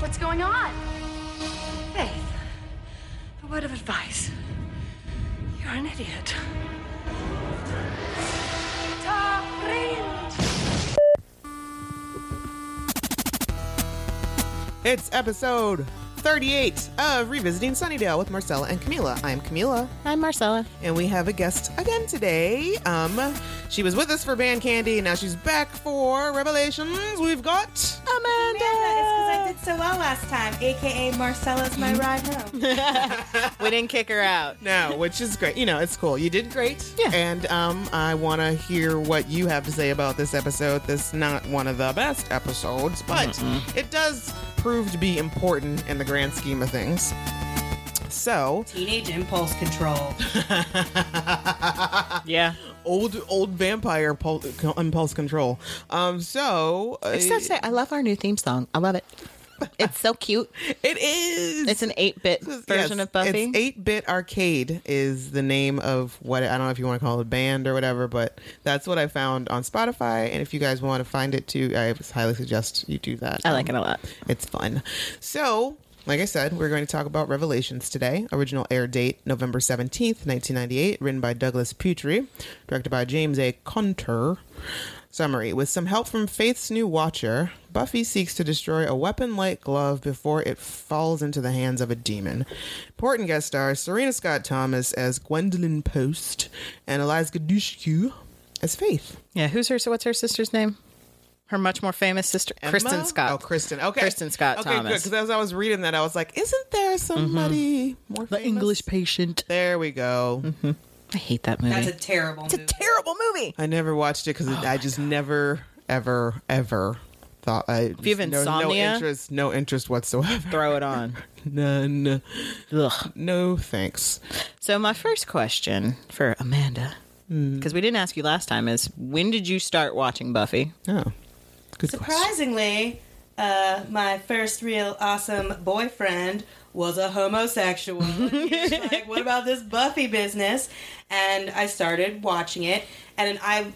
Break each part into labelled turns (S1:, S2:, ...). S1: what's going on.
S2: Faith, a word of advice. You're an idiot.
S3: It's episode 38 of Revisiting Sunnydale with Marcella and Camila. I'm Camila,
S4: I'm Marcella.
S3: and we have a guest again today. Um, she was with us for Band Candy, and now she's back for Revelations. We've got
S5: Yeah, it's because I did so well last time, aka Marcella's my ride
S3: Mm-hmm.
S5: home.
S4: We didn't kick her out.
S3: no, which is great. You know, it's cool. You did great.
S4: Yeah.
S3: And um, I want to hear what you have to say about this episode. This is not one of the best episodes, but it does prove to be important in the grand scheme of things. So,
S5: Teenage impulse control.
S4: Yeah.
S3: old old vampire pul- impulse control. Um, so uh,
S4: Except say, I love our new theme song. I love it. It's so cute.
S3: it is.
S4: It's an 8 bit
S3: Yes,
S4: version of Buffy.
S3: It's 8 Bit Arcade is the name of what I don't know if you want to call it a band or whatever, but that's what I found on Spotify. And if you guys want to find it too, I highly suggest you do that.
S4: I like it a lot.
S3: It's fun. So, like I said, we're going to talk about Revelations today. Original air date November 17th, 1998. Written by Douglas Putri. Directed by James A. Conter. Summary With some help from Faith's new watcher, Buffy seeks to destroy a weapon like glove before it falls into the hands of a demon. Important guest stars Serena Scott Thomas as Gwendolyn Post and Eliza Dushku as Faith.
S4: Yeah. Who's her? So what's her sister's name? Her much more famous sister, Kristen
S3: Emma?
S4: Scott.
S3: Oh, Kristen. Okay,
S4: Kristen Scott
S3: Okay,
S4: Thomas. Mm-hmm.
S3: Because as I was reading that, I was like, "Isn't there somebody more famous?
S4: patient.
S3: There we go.
S4: Mm-hmm. I hate that movie.
S5: That's a terrible movie.
S4: terrible movie.
S3: I never watched it because
S4: Oh
S3: I just never, ever, ever thought I. If
S6: you have
S3: no,
S6: insomnia-
S3: interest, no interest whatsoever.
S6: throw it on.
S3: None.
S6: Ugh.
S3: No thanks.
S6: So my first question for Amanda,
S4: Hmm.
S6: because we didn't ask you last time, is when did you start watching Buffy?
S3: Oh, good question.
S5: Surprisingly, uh, my first real awesome boyfriend was a homosexual. He was like, what about this Buffy business? And I started watching it, and I.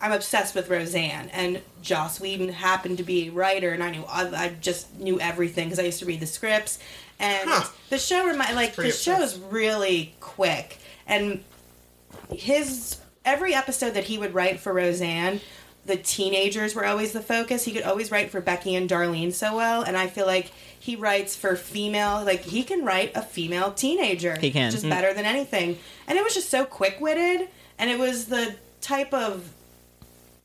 S5: I'm obsessed with Roseanne, and Joss Whedon happened to be a writer, and I knew I, I just knew everything because I used to read the scripts, and the show remind like the
S3: pretty
S5: show's really quick, and his every episode that he would write for Roseanne, the teenagers were always the focus. He could always write for Becky and Darlene so well, and I feel like he writes for female. Like he can write a female teenager.
S6: He can. Mm.
S5: just better than anything. And it was just so quick witted, and it was the type of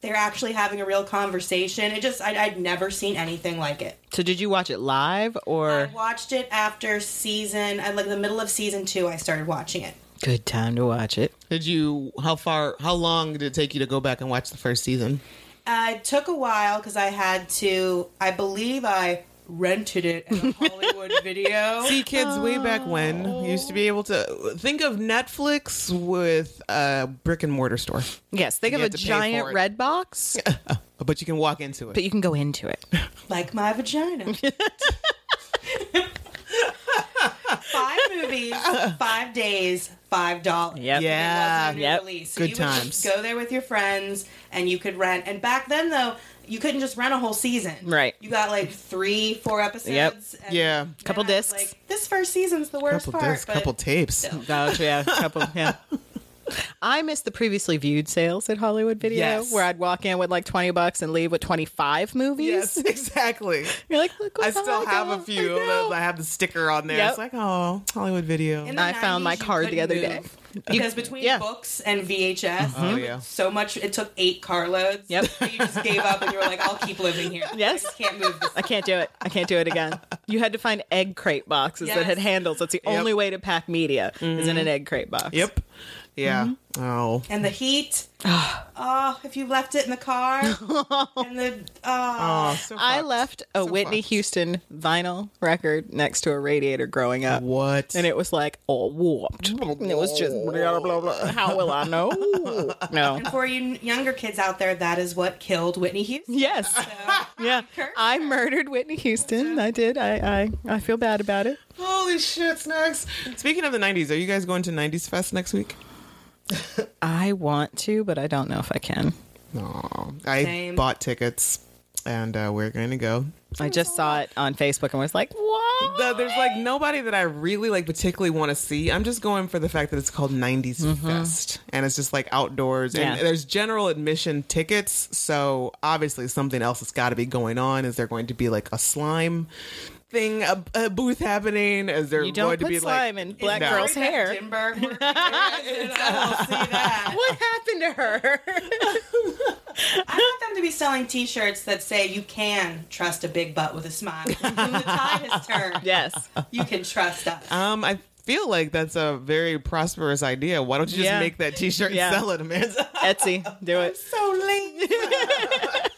S5: they're actually having a real conversation. It just I'd, I'd never seen anything like it.
S6: So did you watch it live
S5: I
S6: or
S5: watched it after season, I like the middle of season two. I started watching it.
S6: good time to watch it?
S3: Did you? How far? How long did it take you to go back and watch the first season?
S5: Uh, it took a while because I had to. I believe I rented it at a Hollywood video.
S3: See, kids, way back when you used to be able to think of Netflix with a brick and mortar store,
S6: Yes, think of
S3: You
S6: a
S3: had to pay
S6: giant
S3: for it.
S6: red box,
S3: but you can walk into it.
S6: but you can go into it.
S5: Like my vagina. five movies, five days, five dollars.
S6: Yep.
S3: Yeah.
S5: It was a new
S6: Yep.
S5: release.
S3: Good
S5: you Would
S3: times.
S5: just go there with your friends, and you could rent. And back then, though, you couldn't just rent a whole season.
S6: Right.
S5: You got like three, four episodes. and
S3: Yeah.
S5: then
S6: Couple
S5: I was
S6: discs.
S5: Like this first season's the worst
S3: couple
S5: part.
S3: discs,
S5: but
S3: couple tapes.
S6: Oh, yeah, couple, yeah. I miss the previously viewed sales at Hollywood Video,
S3: Yes.
S6: where I'd walk in with like twenty bucks and leave with twenty five movies.
S3: Yes, exactly.
S6: You're like, look,
S4: Oh
S3: I
S6: what
S3: still have a
S6: got.
S3: few.
S6: I know.
S3: I, I have the sticker on there.
S6: Yep.
S3: It's like, oh, Hollywood video.
S5: In the
S6: I found my
S5: 90s, you
S6: card the
S5: couldn't
S6: other day.
S5: move. Because between
S6: yeah. Uh-huh.
S5: books and VHS,
S3: Oh,
S5: it-
S3: yeah.
S5: so much it took eight carloads.
S6: Yep.
S5: that you just gave up and you were like, "I'll keep living here.
S6: Yes.
S5: I just can't move this."
S6: I can't do it. I can't do it again. You had to find egg crate boxes that
S5: Yes.
S6: had handles. That's the only way to pack media is in an egg crate box.
S3: Mm-hmm. Yep. Yeah. Oh.
S5: And the heat. oh, if you left it in the car, and the oh,
S3: Oh, so
S6: I
S3: fucked.
S6: left a
S3: So
S6: Whitney
S3: fucked.
S6: Houston vinyl record next to a radiator growing up.
S3: What?
S6: And it was like all warped. And it was just blah, blah, blah. How will I know? No.
S5: for you n- younger kids out there, that is what killed Whitney Houston.
S6: Yes. Yeah. I murdered Whitney Houston. I did. I, I, I feel bad about it.
S3: Holy shit, snacks. Speaking of the 90s, are you guys going to 90s Fest next week?
S6: I want to, but I don't know if I can.
S3: No. I
S5: Same.
S3: bought tickets. and uh, we're going to go.
S4: I just saw it on Facebook and was like, what?
S3: The- there's like nobody that I really like particularly want to see. I'm just going for the fact that it's called 90s Fest and it's just like outdoors
S4: Mm-hmm. Yeah.
S3: and there's general admission tickets. So obviously something else has got to be going on. Is there going to be like a slime thing, a, a booth happening? Is there
S4: You don't
S3: going to
S4: put
S3: be
S4: slime
S3: like
S4: in black
S3: No.
S4: girl's hair.
S5: Timber. I won't see that.
S4: What happened to her?
S5: I want them to be selling T-shirts that say "You can trust a big butt with a smile." when the tide has turned,
S4: yes.
S5: you can trust us.
S3: Um, I feel like that's a very prosperous idea. Why don't you just
S4: Yeah.
S3: make that T-shirt
S4: Yeah.
S3: and sell it, Amanda?
S4: Etsy, do it.
S3: so late.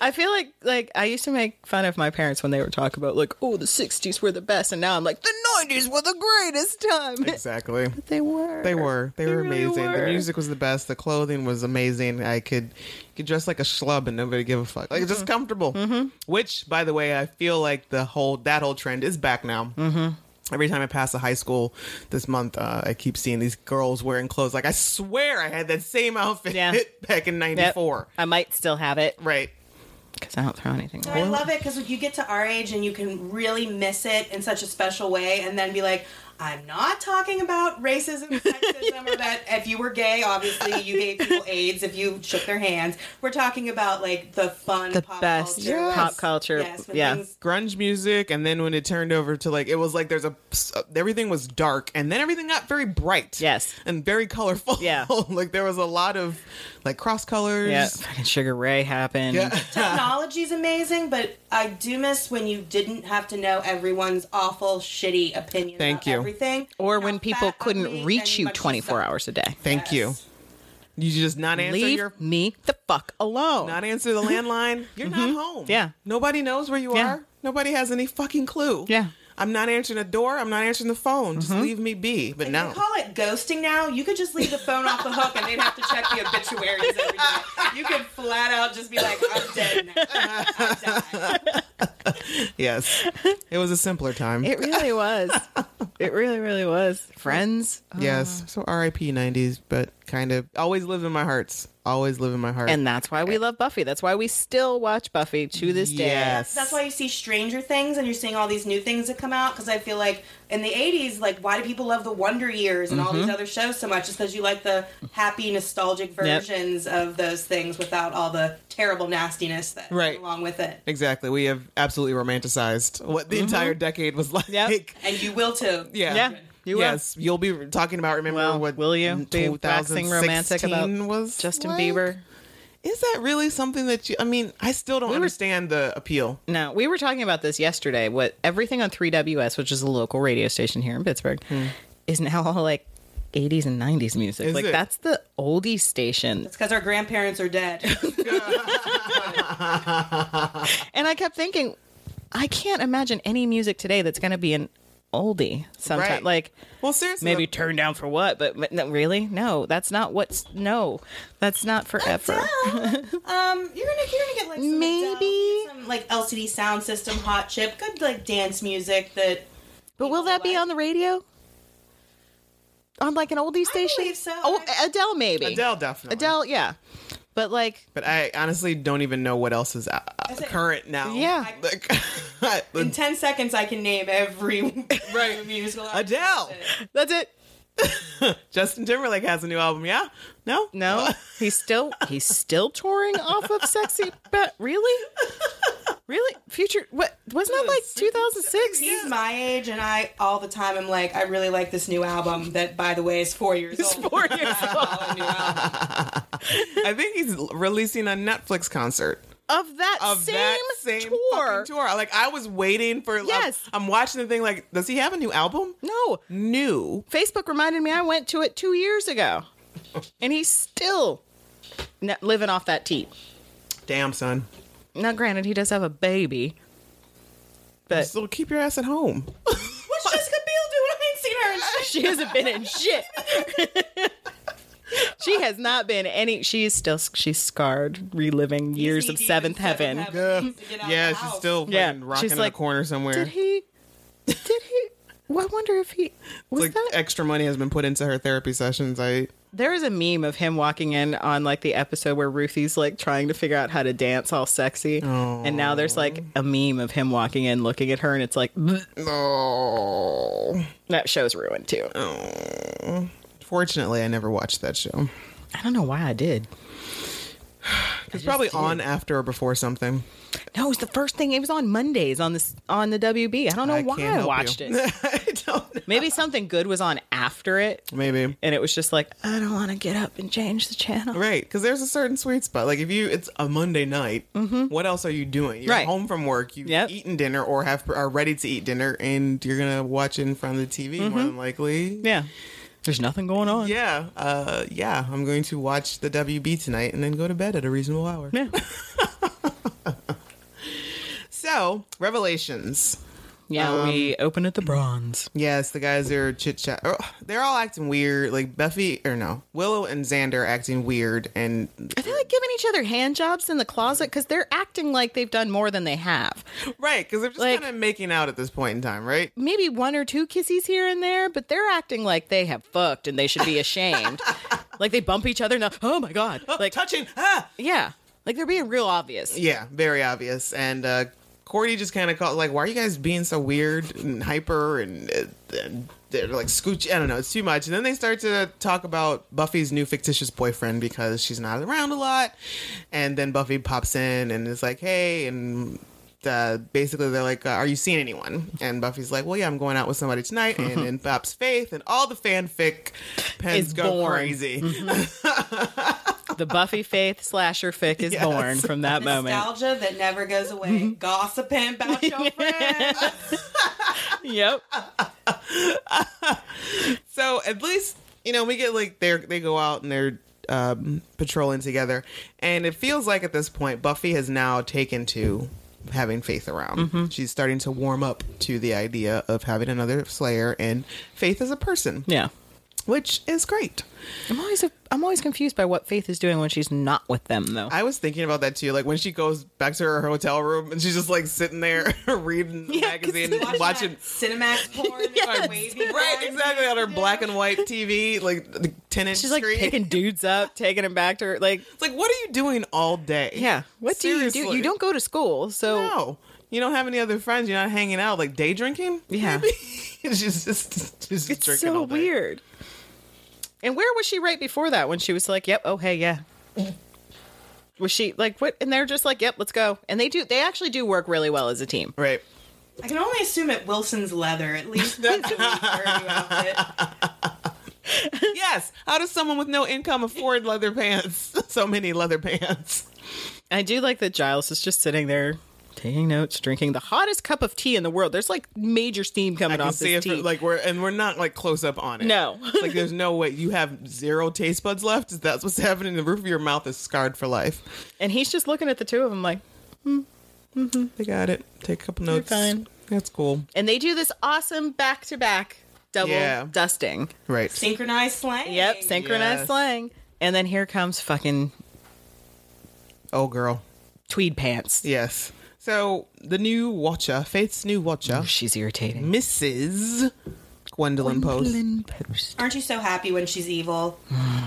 S4: I feel like like I used to make fun of my parents when they would talk about like, oh, the '60s were the best, and now I'm like, the '90s were the greatest time.
S3: exactly.
S4: They were.
S3: They were. They, were
S4: really
S3: amazing. The
S4: were.
S3: music was the best. The clothing was amazing. I could you could dress like a schlub and nobody give a fuck. Like it's
S4: Mm-hmm.
S3: just comfortable. Which, by the way, I feel like the whole that whole trend is back now. Mm-hmm. Every time I pass a high school this month, uh, I keep seeing these girls wearing clothes. Like I swear, I had that same outfit
S4: Yeah.
S3: back in
S4: Yep.
S3: '94.
S4: I might still have it
S3: Right.
S4: because I don't throw anything.
S5: I love it because you get to our age and you can really miss it in such a special way, and then be like, "I'm not talking about racism, sexism, or that if you were gay, obviously you gave people AIDS if you shook their hands. We're talking about like the fun,
S4: The
S5: pop
S4: best
S5: culture.
S4: pop culture.
S5: Yes, when
S4: yeah.
S5: things-
S3: grunge music and then when it turned over to like it was like there's a uh, everything was dark and then everything got very bright
S4: Yes.
S3: and very colorful
S4: Yeah.
S3: like there was a lot of like cross colors
S4: Yeah. Fucking Sugar Ray happened.
S3: Yeah.
S5: Technology's amazing, but I do miss when you didn't have to know everyone's awful, shitty opinion
S3: Thank
S5: about
S3: you.
S5: everything.
S4: Or
S5: How
S4: when people
S5: fat, ugly,
S4: couldn't reach
S5: and
S4: you
S5: much
S4: 24
S5: stuff.
S4: hours a day.
S3: thank you
S5: Yes.
S3: you just not answer
S4: Leave
S3: your
S4: me the fuck alone.
S3: not answer the landline you're not home
S4: Mm-hmm. Yeah.
S3: nobody knows where you
S4: Yeah.
S3: are nobody has any fucking clue
S4: Yeah. Mm-hmm.
S3: i'm not answering the door i'm not answering the phone just leave me be but
S5: They
S3: no
S5: call it ghosting now. You could just leave the phone off the hook and they'd have to check the obituaries every day. You could flat out just be like, I'm dead now. I died.
S3: yes it was a simpler time
S4: it really was. it really, really was. Friends. Ah.
S3: Yes. So RIP 90s, but kind of always live in my hearts. Always live in my heart.
S4: And that's why we love Buffy. That's why we still watch Buffy to this day.
S3: Yes.
S5: That's why you see Stranger Things and you're seeing all these new things that come out because I feel like in the 80s, like, why do people love the Wonder Years and all
S3: Mm-hmm.
S5: these other shows so much? It's because you like the happy, nostalgic versions of those things without all the terrible nastiness that
S3: Right.
S5: went along with it.
S3: Exactly. We have absolutely romanticized what the entire decade was like.
S4: Mm-hmm. Yep.
S5: And you will too.
S3: Yeah.
S4: Yeah. You will.
S3: yes, you'll be talking about. Remember
S4: Well,
S3: what?
S4: will you be waxing
S3: 2016
S4: romantic about
S3: was
S4: Justin
S3: like?
S4: Bieber.
S3: Is that really something that you? I mean, I still don't understand the appeal.
S4: No, we were talking about this yesterday. What everything on 3WS, which is a local radio station here in Pittsburgh, is now all like 80s and 90s music.
S3: Is
S4: like
S3: it?
S4: that's the oldie station.
S5: It's because our grandparents are dead.
S4: And I kept thinking, I can't imagine any music today that's going to be an oldie sometime.
S3: Right.
S4: Like
S3: Well, seriously,
S4: maybe
S3: the-
S4: turn down for what? But, but no, really, no, that's not what's no, that's not forever.
S5: Um, you're gonna you're gonna get like some
S4: Maybe.
S5: Adele, some like LCD sound system hot chip, good like dance music that
S4: But will that be on the radio? On like an oldie station?
S5: believe so.
S4: Oh, Adele maybe.
S3: Adele definitely.
S4: Adele, yeah. But like,
S3: but I honestly don't even know what else is uh, uh,
S5: That's it.
S3: current now.
S4: Yeah.
S3: like
S5: in ten seconds I can name every
S3: Right.
S5: musical artist.
S3: Adele.
S4: that's it.
S3: Justin Timberlake has a new album. Yeah, no,
S4: No, he's still he's still touring off of Sexy, but really, really, future. What wasn't that like 2006?
S5: He's my age, and I all the time am like, I really like this new album that, by the way, is four years old.
S4: Four years old.
S5: A new album.
S3: I think he's l- releasing a Netflix concert
S4: of that
S3: of
S4: same,
S3: that same
S4: tour.
S3: fucking tour. Like I was waiting for. like,
S4: Yes.
S3: I'm watching the thing. Like, does he have a new album?
S4: No,
S3: New.
S4: Facebook reminded me I went to it two years ago, and he's still n- living off that teat.
S3: Damn son.
S4: Now, granted, he does have a baby, but
S3: So keep your ass at home.
S5: What's Jessica Biel doing? I ain't seen her in shit.
S4: she hasn't been in shit. she has not been any. She is still she's scarred, reliving years
S5: Knee
S4: of
S5: deep in
S4: seventh heaven.
S5: Heaven. She needs to get out of
S3: yeah,
S5: the
S3: she's
S5: house.
S3: still
S4: Yeah.
S3: fucking rocking
S4: She's
S3: in
S4: like,
S3: a corner somewhere.
S4: Did he? Did he? Well, I wonder if he was
S3: like
S4: that.
S3: extra money has been put into her therapy sessions. I
S4: There is a meme of him walking in on like the episode where Ruthie's like trying to figure out how to dance all sexy, and now there's like a meme of him walking in, looking at her, and it's like "Bleh."
S3: oh,
S4: that show's ruined too.
S3: fortunately, I never watched that show.
S4: I don't know why I did.
S3: It's probably on after or before something.
S4: No, it was the first thing. It was on Mondays on this on the WB. I don't know
S3: I
S4: why
S3: can't
S4: I
S3: help
S4: watched
S3: you.
S4: it.
S3: I don't. Know.
S4: Maybe something good was on after it,
S3: Maybe
S4: and it was just like I don't want to get up and change the channel.
S3: right because there's a certain sweet spot. Like if you, it's a Monday night. What else are you doing? You're
S4: Mm-hmm. Right.
S3: home from work. You've
S4: Yep.
S3: eaten dinner or have are ready to eat dinner, and you're gonna watch it in front of the TV
S4: Mm-hmm.
S3: more than likely.
S4: Yeah, there's nothing going on.
S3: Yeah, uh, yeah. I'm going to watch the WB tonight and then go to bed at a reasonable hour.
S4: Yeah.
S3: So, revelations.
S4: Yeah, we open at the bronze.
S3: Yes, the guys are chit chat. oh, They're all acting weird. Like Buffy, or no, Willow and Xander are acting weird, and
S4: Are they like giving each other hand jobs in the closet? Because they're acting like they've done more than they have.
S3: right because they're just
S4: Like-
S3: kind of making out at this point in time, right?
S4: Maybe one or two kisses here and there, but they're acting like they have fucked and they should be ashamed. like they bump each other and they're, oh my God. Like,
S3: touching. Ah!
S4: yeah. Like they're being real obvious.
S3: Yeah, very obvious. And uh, Cordy just kind of called, like, "Why are you guys being so weird and hyper?" And, uh, and they're like, "Scooch." I don't know. It's too much. And then they start to talk about Buffy's new fictitious boyfriend because she's not around a lot. And then Buffy pops in and is like, "Hey," and. Uh, basically, they're like, uh, "Are you seeing anyone?" And Buffy's like, "Well, yeah, I'm going out with somebody tonight." And then pops Faith, and all the fanfic pens
S4: Is
S3: go
S4: born. Mm-hmm.
S3: crazy.
S4: The Buffy Faith slasher fic is
S3: Yes.
S4: born from that moment.
S5: Nostalgia that never goes
S4: Mm-hmm.
S5: away. Gossiping about your friends.
S4: Yep.
S3: So at least you know we get like they are they go out and they're um, patrolling together, and it feels like at this point Buffy has now taken to having Faith around.
S4: Mm-hmm.
S3: She's starting to warm up to the idea of having another Slayer and Faith as a person,
S4: Yeah.
S3: which is great.
S4: I'm always a, I'm always confused by what Faith is doing when she's not with them though.
S3: I was thinking about that too. Like when she goes back to her hotel room and she's just like sitting there reading the magazine, and watching
S5: that Cinemax porn. and wavy
S3: right
S5: porn.
S3: exactly on her black and white TV, like the ten inch
S4: she's like
S3: screen.
S4: picking dudes up, taking them back to her like
S3: It's like, what are you doing all day?
S4: Yeah. What do you do?
S3: Seriously.
S4: You don't go to school, so
S3: No. You don't have any other friends. You're not hanging out, like day drinking.
S4: Yeah.
S3: maybe? it's just, just, just
S4: it's
S3: drinking
S4: so
S3: all day.
S4: weird. And where was she right before that when she was like, "Yep, oh hey, yeah." was she like what? And they're just like, "Yep, let's go." And they do. They actually do work really well as a team.
S3: Right.
S5: I can only assume at Wilson's leather, at least once a week for a new outfit.
S3: yes. How does someone with no income afford leather pants? so many leather pants.
S4: I do like that Giles is just sitting there taking notes, drinking the hottest cup of tea in the world. There's like major steam
S3: I
S4: coming
S3: can
S4: off
S3: see
S4: this
S3: it.
S4: tea.
S3: For, like we're and we're not like close up on it.
S4: no,
S3: It's like there's no way you have zero taste buds left. Is that what's happening? The roof of your mouth is scarred for life.
S4: and he's just looking at the two of them like,
S3: They got it. Take a couple notes.
S4: fine.
S3: That's cool.
S4: and they do this awesome back to back double
S3: Yeah.
S4: dusting.
S3: Right.
S5: Synchronized slang.
S4: Yep, synchronized
S3: Yes.
S4: slang. And then here comes fucking
S3: Oh girl.
S4: tweed pants.
S3: Yes. So the new watcher, Faith's new watcher,
S4: Oh, She's irritating.
S3: Mrs. Gwendolyn Mm-hmm. Post.
S5: Aren't you so happy when she's evil?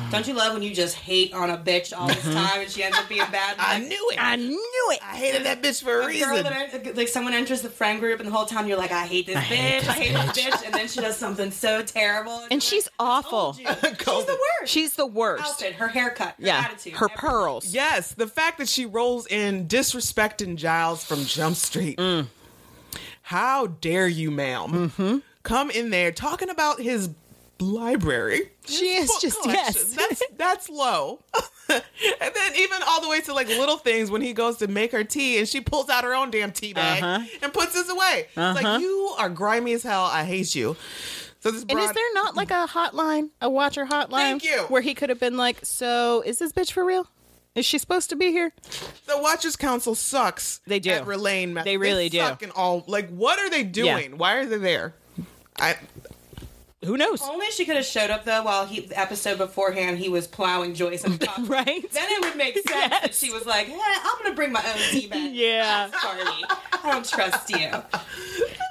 S5: Don't you love when you just hate on a bitch all this time and she ends up being bad?
S3: I
S5: Like,
S3: knew it. I knew it. I hated that bitch for a
S5: a girl
S3: reason.
S5: that en- like someone enters the friend group and the whole time you're like, I hate this bitch, I hate this bitch, and then she does something so terrible.
S4: And
S5: you're
S4: she's awful.
S5: like, "Dude, she's the worst.
S4: She's the worst.
S5: outfit, her haircut, her
S4: Yeah.
S5: attitude,
S4: Her
S5: everything.
S4: pearls.
S3: yes, the fact that she rolls in disrespecting Giles from Jump Street.
S5: Mm.
S3: How dare you, ma'am?
S5: Mm-hmm.
S3: Come in there talking about his library.
S4: She
S3: His
S4: is
S3: book
S4: just- yes.
S3: That's that's low. and then even all the way to like little things when he goes to make her tea and she pulls out her own damn tea bag
S4: Uh-huh.
S3: and puts this away. It's like you are grimy as hell. I hate you. So this
S4: And
S3: broad-
S4: is there not like a hotline, a watcher hotline?
S3: Thank you.
S4: Where he could have been like, So is this bitch for real? Is she supposed to be here?
S3: The Watchers Council sucks.
S4: They do.
S3: At Relane, Mass-
S4: They really do.
S3: Suck and all like, what are they doing? Why are they there? I
S4: Who knows?
S3: Oh,
S5: Only she could have showed up though while he the episode beforehand he was plowing Joyce and Pop.
S4: Right?
S5: Then it would make sense that she was like, eh, I'm gonna bring my own tea bag.
S4: Yeah.
S5: Sorry. I don't trust you.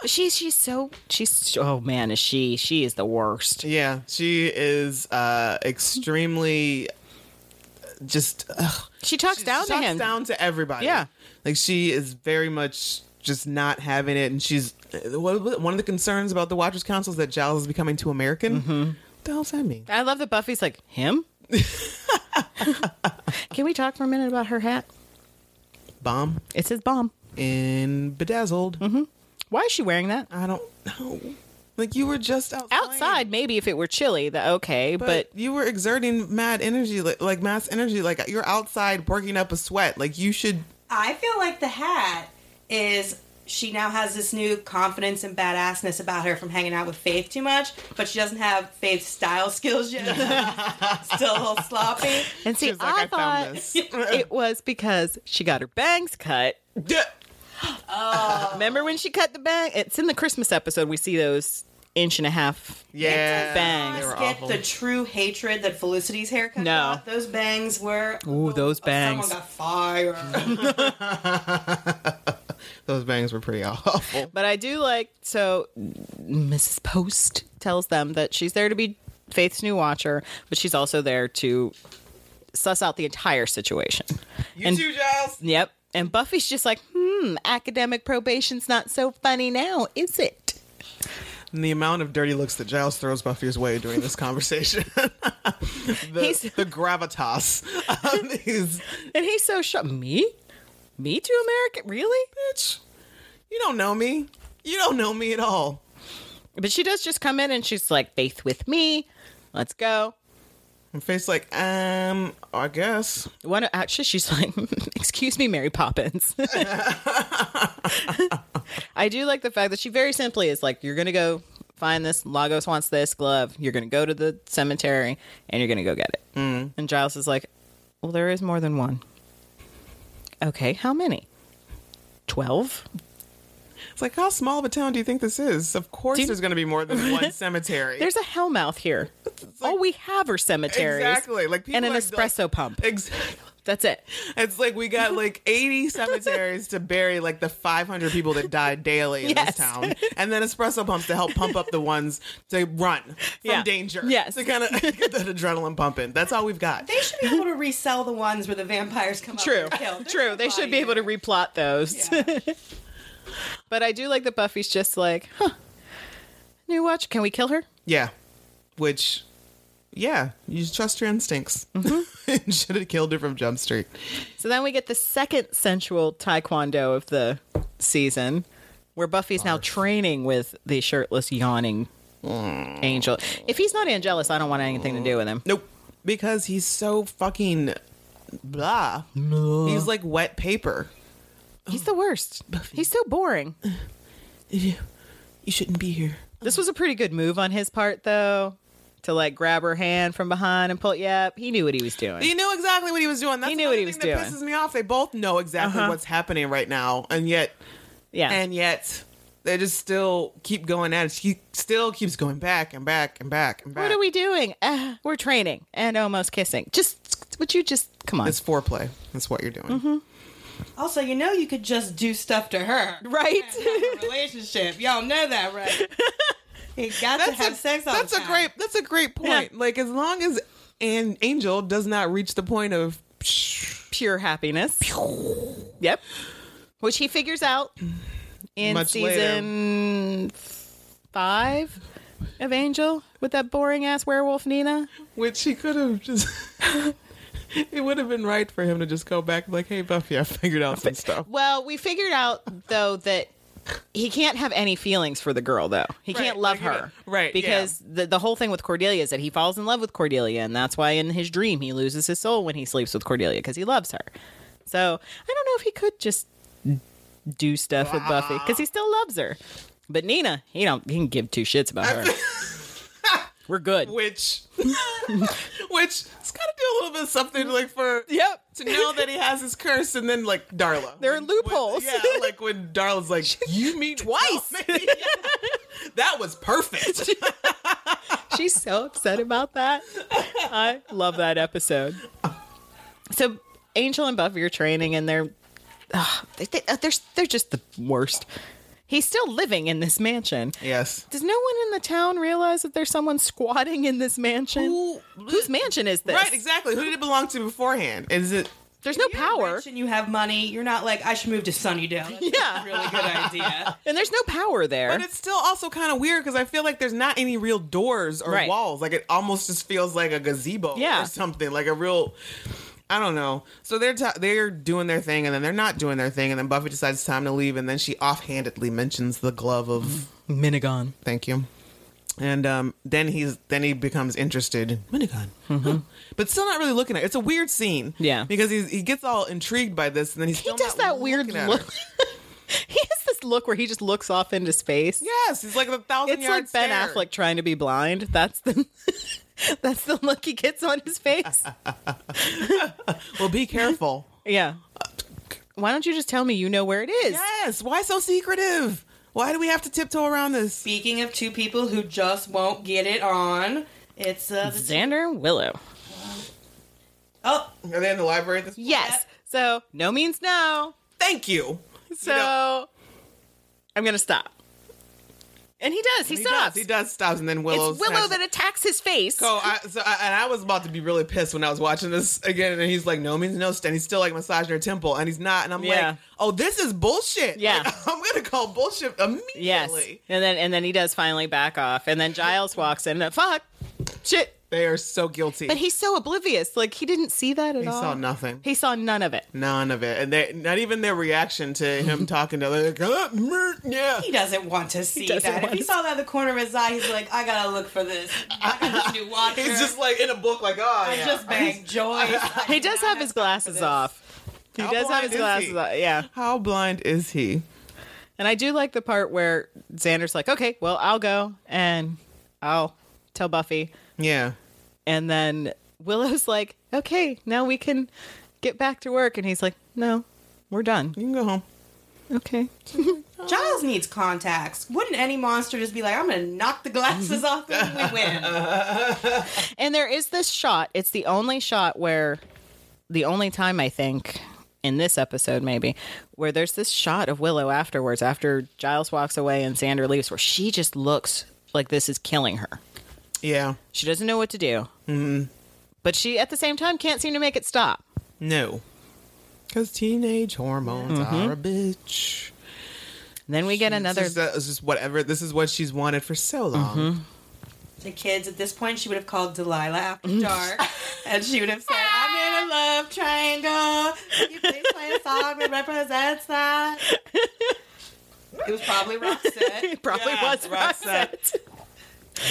S4: she's she's so she's oh man is she she is the worst.
S3: Yeah, she is uh extremely just uh, ugh.
S4: She talks
S3: She
S4: down
S3: talks
S4: to him.
S3: down to everybody.
S4: Yeah.
S3: like she is very much just not having it, and she's one of the concerns about the Watchers Council is that Giles is becoming too American.
S4: Mm-hmm.
S3: What the hell's that mean?
S4: I love that Buffy's like him. Can we talk for a minute about her hat?
S3: Bomb
S4: It says bomb.
S3: and bedazzled.
S4: Mm-hmm. Why is she wearing that?
S3: I don't know. Like you were just outside.
S4: Outside, maybe if it were chilly, the okay, but,
S3: But, you were exerting mad energy, like, like mass energy. Like you're outside working up a sweat. Like you should.
S5: I feel like the hat is she now has this new confidence and badassness about her from hanging out with Faith too much, but she doesn't have Faith's style skills yet. Still a little sloppy.
S4: and see,
S3: She was like,
S4: I,
S3: I
S4: thought
S3: found this.
S4: it was because she got her bangs cut. Remember when she cut the bang? It's in the Christmas episode. We see those inch and a half.
S3: Yeah,
S4: Bangs.
S3: They
S5: Let's
S3: were
S5: get
S3: awful.
S5: the true hatred that Felicity's haircut.
S4: No.
S5: got. those bangs were.
S4: Ooh, those bangs.
S5: Someone got fired.
S3: Those bangs were pretty awful.
S4: But I do like so Mrs. Post tells them that she's there to be Faith's new watcher, but she's also there to suss out the entire situation.
S3: You
S4: And-
S3: too, Giles.
S4: Yep. And Buffy's just like, hmm, academic probation's not so funny now, is it?
S3: And the amount of dirty looks that Giles throws Buffy's way during this conversation. the,
S4: He's-
S3: the gravitas. Um, he's,
S4: And he's so shocked. Me? Me too, American? Really?
S3: bitch, you don't know me. You don't know me at all.
S4: But she does just come in and she's like, Faith with me. Let's go.
S3: And Faith's like, um, I guess.
S4: One actually, she's like, "Excuse me, Mary Poppins." I do like the fact that she very simply is like, "You're gonna go find this. Lagos wants this glove. You're gonna go to the cemetery and you're gonna go get it." Mm. And Giles is like, "Well, there is more than one." Okay, how many? Twelve.
S3: It's like, how small of a town do you think this is? Of course,
S4: Do you-
S3: there's going to be more than one cemetery.
S4: There's a hellmouth here. All we have are cemeteries
S3: exactly like people
S4: and an
S3: are, like-
S4: espresso pump.
S3: Exactly.
S4: That's it.
S3: It's like we got like 80 cemeteries to bury like the 500 people that die daily in this
S4: Yes.
S3: town, and then espresso pumps to help pump up the ones to run from
S4: Yeah.
S3: danger.
S4: Yes.
S3: to kind of get that adrenaline pumping. That's all we've got.
S5: They should be able to resell the ones where the vampires come up.
S4: True.
S5: and kill. There's
S4: True. They should be able to replot those. but I do like that Buffy's just like, huh. New watch. Can we kill her?
S3: Yeah, which, yeah, you just trust your instincts.
S4: Mm-hmm.
S3: Should have killed her from Jump Street.
S4: So then we get the second sensual taekwondo of the season, where Buffy's now training with the shirtless, yawning angel. If he's not Angelus, I don't want anything to do with him.
S3: Nope, because he's so fucking blah. He's like wet paper.
S4: He's the worst. He's so boring.
S3: You shouldn't be here.
S4: This was a pretty good move on his part, though, to like grab her hand from behind and pull. Yep, he knew what he was doing.
S3: He knew exactly what he was doing. That's
S4: He knew what
S3: another
S4: he was
S3: thing that
S4: doing. Uh-huh.
S3: Pisses me off. They both know exactly what's happening right now, and yet,
S4: Yeah.
S3: and yet, they just still keep going at it. She still keeps going back and back and back and back.
S4: What are we doing? Uh, we're training and almost kissing. Just would you just come on?
S3: It's foreplay. That's what you're doing.
S4: Mm-hmm.
S5: Also, you know, you could just do stuff to her.
S4: Right?
S5: Have a relationship. Y'all know that, right? You got to have
S3: a,
S5: sex all
S3: that's
S5: the
S3: a
S5: time.
S3: great. That's a great point. Like as long as an angel does not reach the point of.
S4: Pure happiness. Yep. Which he figures out in
S3: Much
S4: season five of Angel with that boring ass werewolf Nina.
S3: Which he could have just. it would have been right for him to just go back like, "Hey Buffy, I figured out some stuff."
S4: Well, we figured out though that he can't have any feelings for the girl though. He can't love
S3: like,
S4: her.
S3: yeah. Right, yeah.
S4: Because the the whole thing with Cordelia is that he falls in love with Cordelia and that's why in his dream he loses his soul when he sleeps with Cordelia because he loves her. So, I don't know if he could just do stuff with Buffy cuz
S3: Ah.
S4: he still loves her. But Nina, he don't he can give two shits about her. We're good.
S3: which which it's got to do a little bit of something like for
S4: Yep.
S3: to know that he has his curse and then like Darla
S4: There are
S3: When-
S4: loopholes.
S3: when, yeah like when Darla's like you mean to
S4: Twice.
S3: tell me?" Yeah. that was perfect
S4: She's so upset about that. I love that episode. So Angel and Buffy are training, and they're ugh, they, they, uh, they're they're just the worst. He's still living in this mansion.
S3: Yes.
S4: Does no one in the town realize that there's someone squatting in this mansion? Whose mansion is this?
S3: Right, exactly. Who did it belong to beforehand? Is it
S4: There's no power,
S5: Rich and you have money. You're not like I should move to Sunnydale. That's
S4: Yeah.
S5: a really good idea.
S4: and there's no power there.
S3: But it's still also kind of weird because I feel like there's not any real doors or
S4: Right.
S3: walls. Like it almost just feels like a gazebo
S4: Yeah.
S3: or something, like a real. I don't know. So they're ta they're doing their thing, and then they're not doing their thing, and then Buffy decides it's time to leave, and then she offhandedly mentions the glove of
S4: Mm-hmm. Minigon.
S3: thank you, and um, then he's then he becomes interested, Minigun, Huh. but still not really looking at. It. It's a weird scene,
S4: Mm-hmm. Yeah.
S3: because he's, he gets all intrigued by this, and then he's
S4: He
S3: still
S4: does
S3: not
S4: that weird
S3: looking at her.
S4: look. he has this look where he just looks off into space.
S3: Yes, he's like the thousand.
S4: it's like Ben Affleck trying to be blind. That's the that's the look he gets on his face.
S3: Well, be careful.
S4: Yeah. Why don't you just tell me you know where it is?
S3: Yes. Why so secretive? Why do we have to tiptoe around this?
S5: Speaking of two people who just won't get it on, it's uh, the-
S4: Xander and Willow.
S5: oh
S3: Are they in the library at this point?
S4: Yes. So no means no.
S3: Thank you.
S4: So I'm gonna stop. And he does. He,
S3: He
S4: stops.
S3: does. He does stops, and then Willow.
S4: It's Willow
S3: snaps-
S4: that attacks his face.
S3: So I, so I, and I was about to be really pissed when I was watching this again, and he's like, "No means no," and he's still like massaging her temple, and he's not, and I'm
S4: Yeah.
S3: like, "Oh, this is bullshit."
S4: Yeah.
S3: Like, I'm gonna call bullshit immediately.
S4: Yes. And then and then he does finally back off. And then Giles walks in. And, Fuck. Shit.
S3: they are so guilty.
S4: But he's so oblivious. Like he didn't see that at
S3: he
S4: all.
S3: saw nothing.
S4: He saw none of it.
S3: None of it, and they not even their reaction to him talking to other. Like, "Ah, mer- yeah,
S5: he doesn't want to see
S4: doesn't
S5: that. If
S4: want
S5: he
S4: to-
S5: saw that in the corner of his eye, he's like, I gotta look for this. I got this new watcher.
S3: he's just like in a book, like, "Oh,
S5: I
S3: yeah.
S5: just banged Joyce. Like,
S4: He does
S5: now
S4: have
S5: I
S4: his
S5: got time for
S4: glasses
S5: this.
S4: off. He
S3: How
S4: does have
S3: blind
S4: his
S3: is
S4: glasses
S3: he?
S4: off. Yeah.
S3: How blind is he?
S4: And I do like the part where Xander's like, okay, well, I'll go and I'll tell Buffy.
S3: Yeah.
S4: And then Willow's like, okay, now we can get back to work. And he's like, no, we're done.
S3: You can go home.
S4: Okay.
S5: Giles needs contacts. Wouldn't any monster just be like, I'm gonna knock the glasses off and we win?
S4: And there is this shot. It's the only shot where, the only time I think in this episode, maybe, where there's this shot of Willow afterwards, after Giles walks away and Xander leaves, where she just looks like this is killing her.
S3: Yeah.
S4: She doesn't know what to do. Mm-hmm. But she, at the same time, can't seem to make it stop.
S3: No. Because teenage hormones are a bitch.
S4: And then we get
S3: Another.
S4: another.
S3: This is, this is whatever. This is what she's wanted for so long.
S5: the kids at this point, she would have called Delilah after dark, and she would have said, "I'm in a love triangle. Can you please play a song that represents that?" It was probably Roxette.
S4: It probably
S3: Yeah,
S4: was Roxette.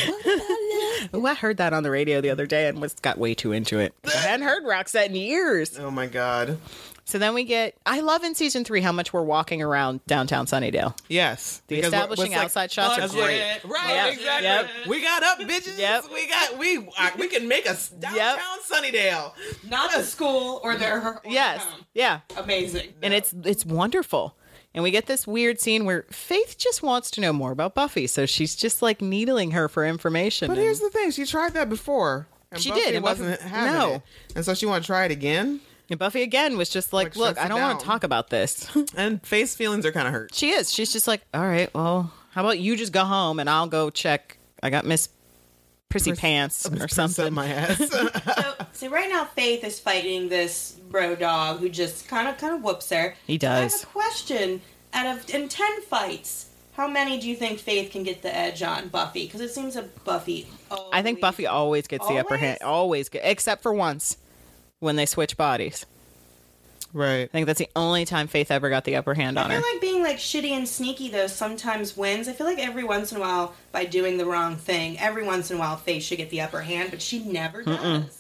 S4: oh, I heard that on the radio the other day and was got way too into it. I hadn't heard Roxette in years.
S3: Oh my god.
S4: So then we get. I love in season three how much we're walking around downtown Sunnydale.
S3: Yes.
S4: The
S3: Because what- what's
S4: establishing
S3: like-
S4: outside shots are
S3: that's
S4: great.
S3: what- Right.
S4: Yep.
S3: Exactly.
S4: Yep.
S3: We got up, bitches.
S4: Yep.
S3: We got. We I, we can make a s- downtown Sunnydale.
S5: Not the school or their. Or
S4: Yes.
S5: town.
S4: Yeah.
S5: Amazing.
S4: and it's it's wonderful. And we get this weird scene where Faith just wants to know more about Buffy, so she's just like needling her for information.
S3: But
S4: and-
S3: here's the thing. She tried that before. And
S4: She
S3: Buffy
S4: did, and Buffy-
S3: wasn't having
S4: no.
S3: it. And so she want to try it again.
S4: and Buffy again was just
S3: Like,
S4: like, "Look,
S3: shuts
S4: I
S3: it
S4: don't want
S3: down.
S4: to talk about this."
S3: And face feelings are kind of hurt.
S4: she is. She's just like, "All right, well, how about you just go home and I'll go check. I got Miss Prissy Pants or
S3: Set
S4: something."
S3: my ass.
S5: So, so right now, Faith is fighting this bro dog who just kind of kind of whoops her.
S4: He
S5: So I have
S4: does.
S5: a question. Out of in ten fights, how many do you think Faith can get the edge on Buffy? Because it seems a Buffy.
S4: I think
S5: always-
S4: Buffy always gets the upper hand. Always, get, except for once when they switch bodies.
S3: right.
S4: I think that's the only time Faith ever got the upper hand on
S5: I
S4: her.
S5: feel like being like shitty and sneaky though sometimes wins. I feel like every once in a while, by doing the wrong thing, every once in a while Faith should get the upper hand, but she never does.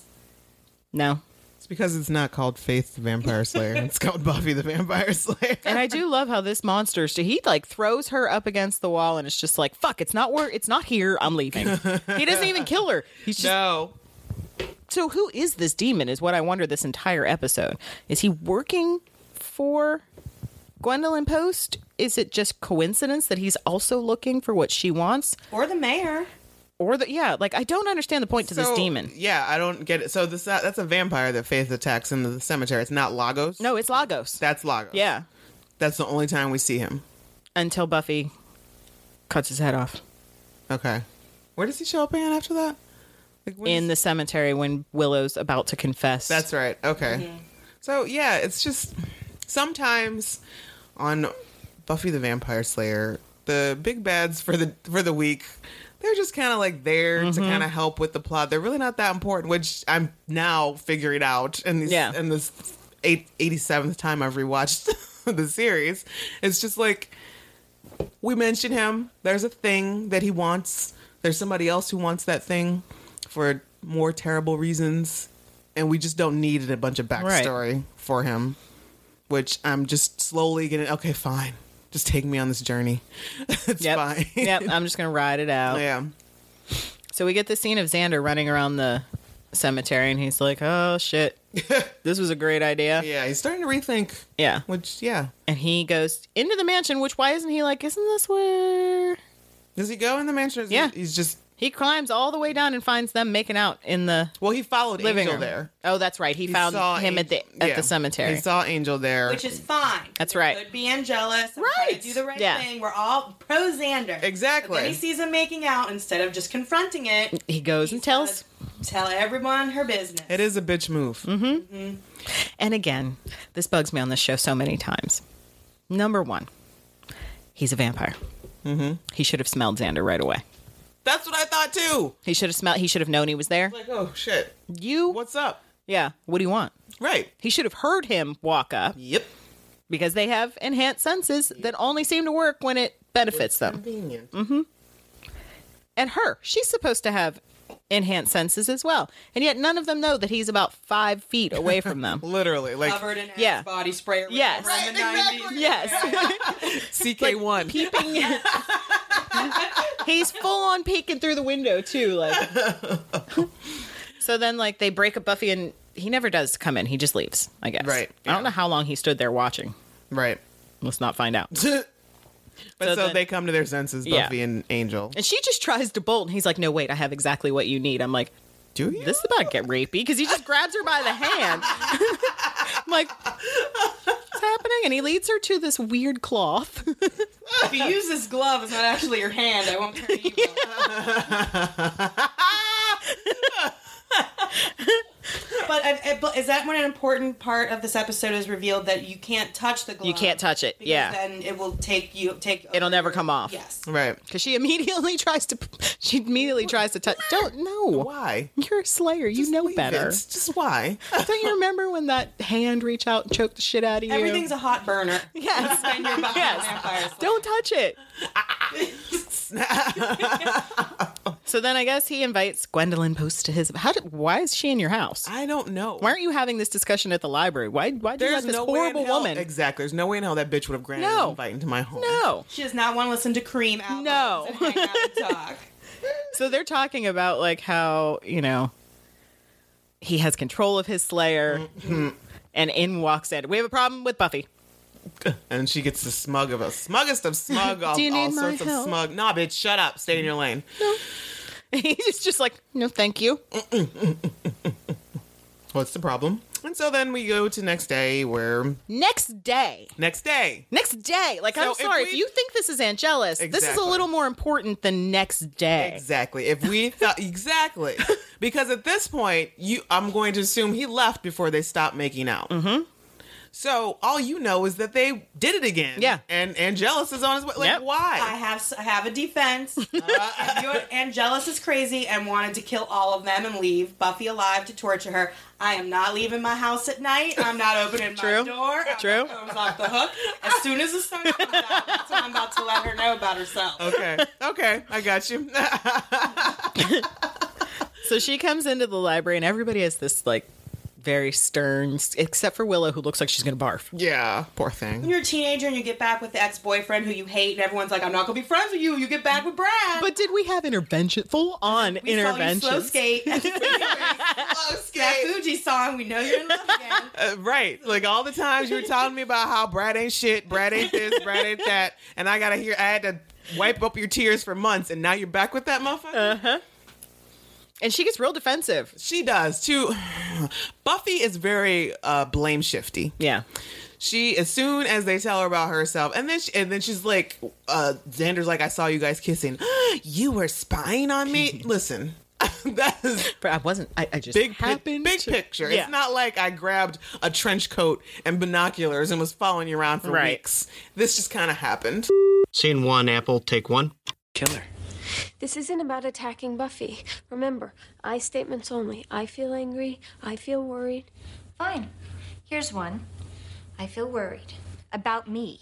S4: No,
S3: It's because it's not called Faith the Vampire Slayer. it's called Buffy the Vampire Slayer.
S4: and I do love how this monster so he like throws her up against the wall and it's just like fuck it's not where it's not here I'm leaving. he doesn't even kill her. He's just
S3: no.
S4: so who is this demon is what I wonder this entire episode. Is he working for Gwendolyn Post? Is it just coincidence that he's also looking for what she wants?
S5: Or the mayor.
S4: Or that yeah, like I don't understand the point to this demon.
S3: Yeah, I don't get it. So this uh, that's a vampire that Faith attacks in the cemetery. It's not Lagos.
S4: No, it's Lagos.
S3: that's Lagos.
S4: yeah.
S3: that's the only time we see him.
S4: until Buffy cuts his head off
S3: Okay. Where does he show up again after that? Like, when
S4: in
S3: is-
S4: the cemetery when Willow's about to confess.
S3: That's right. Okay. So yeah, it's just sometimes on Buffy the Vampire Slayer, the big bads for the for the week, they're just kind of like there to kind of help with the plot. They're really not that important, which I'm now figuring out in these
S4: Yeah.
S3: in this eight, 87th time I've rewatched the series. It's just like we mention him. There's a thing that he wants. There's somebody else who wants that thing for more terrible reasons. And we just don't need a bunch of backstory for him, which I'm just slowly getting. Okay, fine. Just take me on this journey. it's
S4: Yep.
S3: fine.
S4: yep. I'm just gonna ride it out.
S3: yeah.
S4: So we get the scene of Xander running around the cemetery, and he's like, "Oh shit, this was a great idea."
S3: Yeah. He's starting to rethink,
S4: Yeah.
S3: which, yeah.
S4: And he goes into the mansion. Which why isn't he like? Isn't this where?
S3: Does he go in the mansion? Or is he-
S4: Yeah.
S3: he's just.
S4: He climbs all the way down and finds them making out in the
S3: Well, he followed
S4: living
S3: Angel
S4: room.
S3: there.
S4: Oh, that's right. He,
S3: He
S4: found
S3: saw
S4: him at the
S3: Angel-
S4: at
S3: yeah.
S4: the cemetery.
S3: He saw Angel there.
S5: Which is fine.
S4: That's
S5: It
S4: right.
S5: Could be Angelus. I'm trying to
S4: Right.
S5: Do the right
S4: Yeah.
S5: thing. We're all pro Xander.
S3: Exactly.
S5: But then he sees him making out instead of just confronting it.
S4: he goes and
S5: he's gonna
S4: tells.
S5: Tell everyone her business.
S3: it is a bitch move.
S4: Mm-hmm. And again, this bugs me on this show so many times. Number one, he's a vampire.
S3: Mm-hmm.
S4: He should have smelled Xander right away.
S3: That's what I thought too.
S4: He should have smelled. He should have known he was there.
S3: Like, oh shit.
S4: You
S3: What's up?
S4: Yeah. What do you want?
S3: Right.
S4: He should have heard him walk up
S3: Yep.
S4: because they have enhanced senses that only seem to work when it benefits them.
S3: Convenient.
S4: And her, she's supposed to have enhanced senses as well. And yet none of them know that he's about five feet away from them.
S3: Literally, like
S5: Covered in
S4: Yeah.
S5: yeah. body spray. or
S4: Yes.
S5: whatever in the 90s.
S4: yes.
S3: CK one.
S4: Peeping. he's full on peeking through the window, too. Like. so then, like, they break up Buffy and. He never does come in. He just leaves, I guess.
S3: Right,
S4: I
S3: yeah.
S4: don't know how long he stood there watching.
S3: right.
S4: Let's not find out.
S3: but so,
S4: then-
S3: they come to their senses,
S4: Yeah.
S3: Buffy and Angel.
S4: And she just tries to bolt, and he's like, "No, wait, I have exactly what you need." I'm like,
S3: Do you?
S4: "This is about to get rapey," because he just grabs her by the hand. I'm like, "What's happening?" And he leads her to this weird cloth.
S5: If you use this glove, it's not actually your hand. I won't turn you. but, uh, uh, but is that when an important part of this episode is revealed that you can't touch the glove?
S4: You can't touch it.
S5: Because
S4: Yeah,
S5: Then it will take you take.
S4: It'll never come off.
S5: Yes.
S3: right.
S4: because she immediately tries to. She immediately tries to touch. Don't know.
S3: Why?
S4: You're a Slayer. You know
S3: Leave
S4: better.
S3: it. Just why?
S4: Don't you remember when that hand reached out and choked the shit out of you?
S5: Everything's a hot burner.
S4: yes.
S5: When you're behind
S4: Yes.
S5: vampires.
S4: Don't touch it. so then I guess he invites Gwendolyn Post to his. How did, why is she in your house?
S3: I don't know.
S4: Why aren't you having this discussion at the library? Why why do you
S3: There's
S4: let this
S3: no way
S4: horrible
S3: in hell,
S4: woman?
S3: Exactly. There's no way in hell that bitch would have granted
S4: No.
S3: an invite into my home.
S4: No.
S5: She does not want to listen to Cream albums.
S4: No.
S5: And hang out and talk.
S4: So they're talking about like how, you know, he has control of his slayer
S3: Mm-hmm.
S4: and in walks Ed. We have a problem with Buffy.
S3: And she gets the smug of a smuggest of smug of
S4: Do you
S3: all
S4: need my
S3: sorts of
S4: help?
S3: smug. Nah, bitch, shut up. Stay in your lane.
S4: He's just like, "No, thank you."
S3: What's the problem? And so then we go to next day where
S4: Next day.
S3: next day.
S4: Next day. Like,
S3: So
S4: I'm
S3: if
S4: sorry. If,
S3: we-
S4: you think this is Angelus, this is a
S3: Exactly.
S4: little more important than next day.
S3: Exactly. If we thought exactly, because at this point, you I'm going to assume he left before they stopped making out. Mm-hmm. So all you know is that they did it again.
S4: Yeah.
S3: and Angelus is on his way. Like
S4: Yep.
S5: I
S3: why?
S5: have I have a defense. If you're- Angelus is crazy and wanted to kill all of them and leave Buffy alive to torture her. I am not leaving my house at night. I'm not opening
S4: True.
S5: my door. I'm
S4: True.
S5: not going off the hook. As soon as the sun comes out, that's when I'm about to let her know about herself.
S3: Okay, okay, I got you.
S4: So she comes into the library, and everybody has this like very stern, except for Willow, who looks like she's gonna barf.
S3: yeah, poor thing.
S5: You're a teenager and you get back with the ex-boyfriend who you hate, and everyone's like, "I'm not gonna be friends with you." You get back with Brad.
S4: But did we have intervention? Full on
S5: we
S4: intervention.
S5: saw you slow skate. that Fuji song. We know you're in love again.
S3: Uh, right, like all the times you were telling me about how Brad ain't shit, Brad ain't this, Brad ain't that, and I gotta hear. I had to wipe up your tears for months, and now you're back with that motherfucker.
S4: Uh-huh. and she gets real defensive.
S3: She does too. Buffy is very uh, blame shifty.
S4: Yeah,
S3: She as soon as they tell her about herself, and then she, and then she's like, uh, Xander's like, I saw you guys kissing. you were spying on me. Listen, that is
S4: But I wasn't. I, I just
S3: big pic-
S4: happened.
S3: big
S4: to-
S3: picture.
S4: Yeah.
S3: It's not like I grabbed a trench coat and binoculars and was following you around for
S4: Right.
S3: weeks. This just kind of happened.
S7: Scene one, Apple, take one.
S8: Killer.
S9: This isn't about attacking Buffy. Remember, I statements only. I feel angry. I feel worried.
S10: Fine. Here's one. I feel worried about me.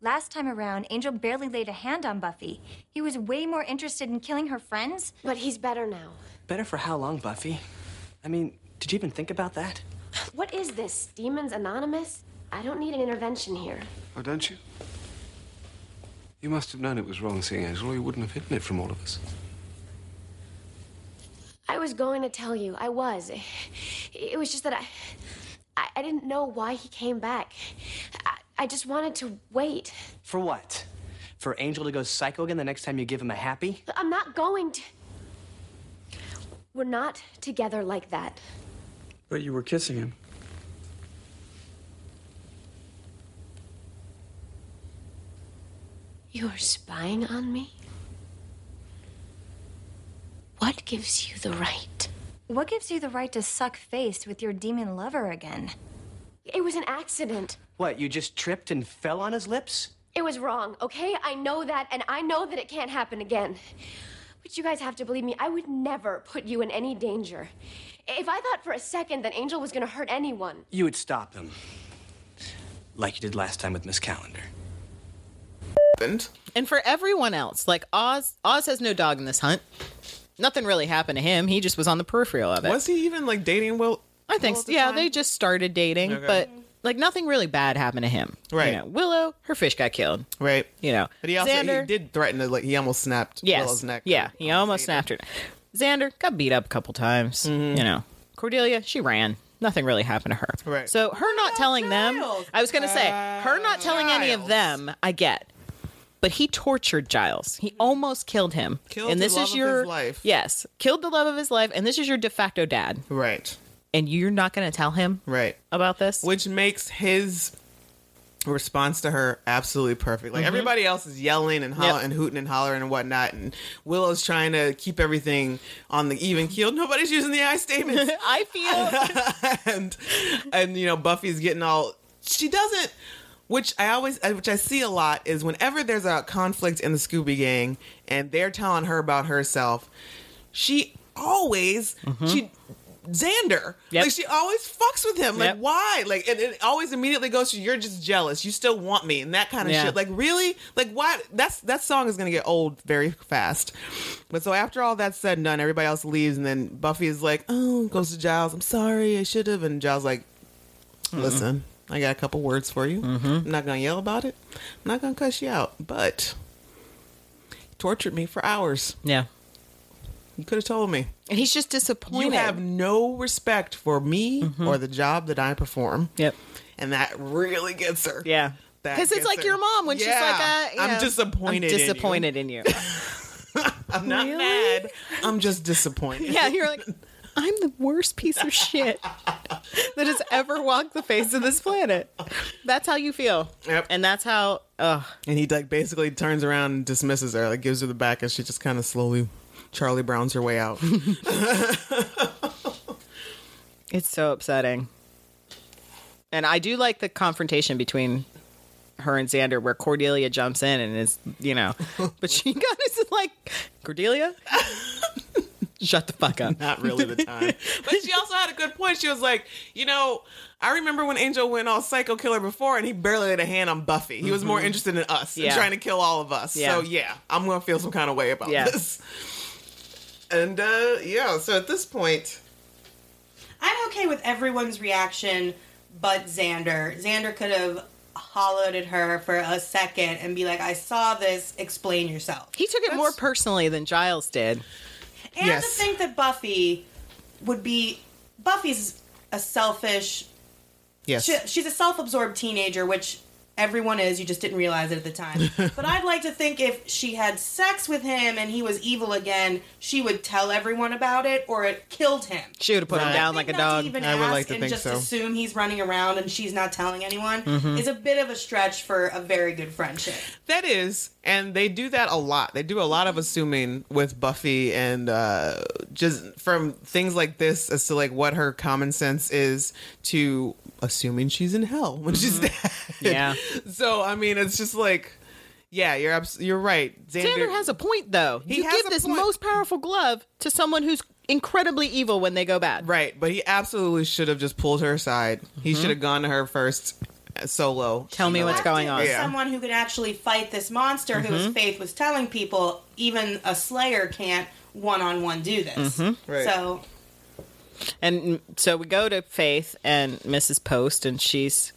S10: Last time around, Angel barely laid a hand on Buffy. He was way more interested in killing her friends.
S9: But he's better now.
S8: Better for how long, Buffy? I mean, did you even think about that?
S9: What is this? Demons Anonymous? I don't need an intervention here.
S11: Oh, don't you? You must have known it was wrong seeing Angela, or you wouldn't have hidden it from all of us.
S9: I was going to tell you. I was. It, it was just that I, I. I didn't know why he came back. I, I just wanted to wait.
S8: For what? For Angel to go psycho again the next time you give him a happy?
S9: I'm not going to. We're not together like that.
S8: But you were kissing him.
S9: You are spying on me? What gives you the right?
S10: What gives you the right to suck face with your demon lover again?
S9: It was an accident.
S8: What, you just tripped and fell on his lips?
S9: It was wrong, okay? I know that, and I know that it can't happen again. But you guys have to believe me, I would never put you in any danger. If I thought for a second that Angel was gonna hurt anyone,
S8: You would stop him. Like you did last time with Miss Calendar.
S3: Happened.
S4: And for everyone else, like Oz, Oz has no dog in this hunt. Nothing really happened to him. He just was on the peripheral of it.
S3: Was he even like dating Will?
S4: I think,
S3: all the
S4: yeah,
S3: time?
S4: they just started dating, but like nothing really bad happened to him. You
S3: Right.
S4: know, Willow, her fish got killed.
S3: Right.
S4: You know,
S3: But he also
S4: Xander,
S3: he did threaten to like he almost snapped
S4: yes,
S3: Willow's neck.
S4: yeah, he almost snapped her. Xander got beat up a couple times.
S3: Mm-hmm.
S4: You know, Cordelia, she ran. Nothing really happened to her.
S3: Right.
S4: So her not telling them, I was going to say, her not telling any of
S3: Giles.
S4: them, I get. But he tortured Giles. He almost killed him.
S3: Killed
S4: and
S3: the
S4: this
S3: love
S4: is
S3: of
S4: your
S3: his life.
S4: Yes, killed the love of his life, and this is your de facto dad.
S3: Right.
S4: And you're not going to tell him
S3: Right.
S4: about this.
S3: Which makes his response to her absolutely perfect. Like everybody else is yelling and hollering
S4: Yep.
S3: and hooting and hollering and whatnot, and Willow's trying to keep everything on the even keel. Nobody's using the I statements,
S4: I feel
S3: and and you know Buffy's getting all. She doesn't. Which I always, uh, which I see a lot, is whenever there's a conflict in the Scooby Gang and they're telling her about herself, she always she Xander.
S4: Mm-hmm. Yep.
S3: Like she always fucks with him. Like
S4: Yep.
S3: why? Like and it always immediately goes to you're just jealous. You still want me and that kind of
S4: Yeah.
S3: shit. Like really? Like why? That's that song is gonna get old very fast. But so after all that's said and done, everybody else leaves and then Buffy is like, oh, goes to Giles. I'm sorry, I should have. And Giles like, listen, I got a couple words for you.
S4: Mm-hmm.
S3: I'm not gonna yell about it. I'm not gonna cuss you out, but. you Tortured me for hours.
S4: yeah.
S3: You could have told me.
S4: And he's just
S3: You
S4: disappointed.
S3: have no respect for me
S4: Mm-hmm.
S3: or the job that I perform.
S4: yep.
S3: And that really gets her.
S4: Yeah.
S3: That
S4: Because it's
S3: gets
S4: like
S3: her.
S4: your mom when she's like,
S3: Yeah.
S4: uh, you
S3: I'm
S4: know,
S3: disappointed.
S4: I'm
S3: in you.
S4: disappointed in you.
S3: I'm not mad. I'm just disappointed.
S4: yeah, you're like, I'm the worst piece of shit that has ever walked the face of this planet. That's how you feel.
S3: Yep.
S4: And that's how, ugh.
S3: And he like basically turns around and dismisses her, like gives her the back, and she just kind of slowly Charlie Brown's her way out.
S4: It's so upsetting. And I do like the confrontation between her and Xander where Cordelia jumps in and is, you know, but she kind of is like, Cordelia? Shut the fuck up.
S3: not really the time. But she also had a good point. She was like, you know, I remember when Angel went all psycho killer before and he barely laid a hand on Buffy. He was more interested in us and
S4: Yeah.
S3: trying to kill all of us.
S4: Yeah.
S3: So Mm-hmm. yeah, I'm gonna feel some kind of way about
S4: Yeah.
S3: this. And uh yeah, so at this point
S5: I'm okay with everyone's reaction but Xander. Xander could have hollowed at her for a second and be like, I saw this, explain yourself.
S4: He took it more personally than Giles did.
S5: And
S3: Yes.
S5: to think that Buffy would be. Buffy's a selfish.
S3: Yes.
S5: She, she's a self absorbed teenager, which Everyone is. You just didn't realize it at the time. but I'd like to think if she had sex with him and he was evil again, she would tell everyone about it or it killed him.
S4: She would have put him down like a dog.
S5: Even
S3: I would
S5: ask
S3: like to
S5: and
S3: think
S5: just
S3: so. Mm-hmm.
S5: assume he's running around and she's not telling anyone is a bit of a stretch for a very good friendship.
S3: That is, and they do that a lot. They do a lot of
S4: Mm-hmm.
S3: assuming with Buffy, and uh, just from things like this as to like what her common sense is to assuming she's in hell when she's
S4: Mm-hmm.
S3: dead.
S4: Yeah.
S3: so I mean, it's just like, yeah, you're abs- you're right.
S4: Xander has a point, though.
S3: He
S4: you
S3: has a
S4: give this
S3: point.
S4: most powerful glove to someone who's incredibly evil when they go bad.
S3: right, but he absolutely should have just pulled her aside. He should have gone to her first uh, solo.
S4: Mm-hmm. Tell me what's
S5: Acted
S4: going on.
S5: with
S3: Yeah. Mm-hmm.
S5: Someone who could actually fight this monster who, as Faith was telling people, even a Slayer can't one on one do this.
S3: Mm-hmm. Right.
S5: So
S4: And so we go to Faith and Mrs. Post, and she's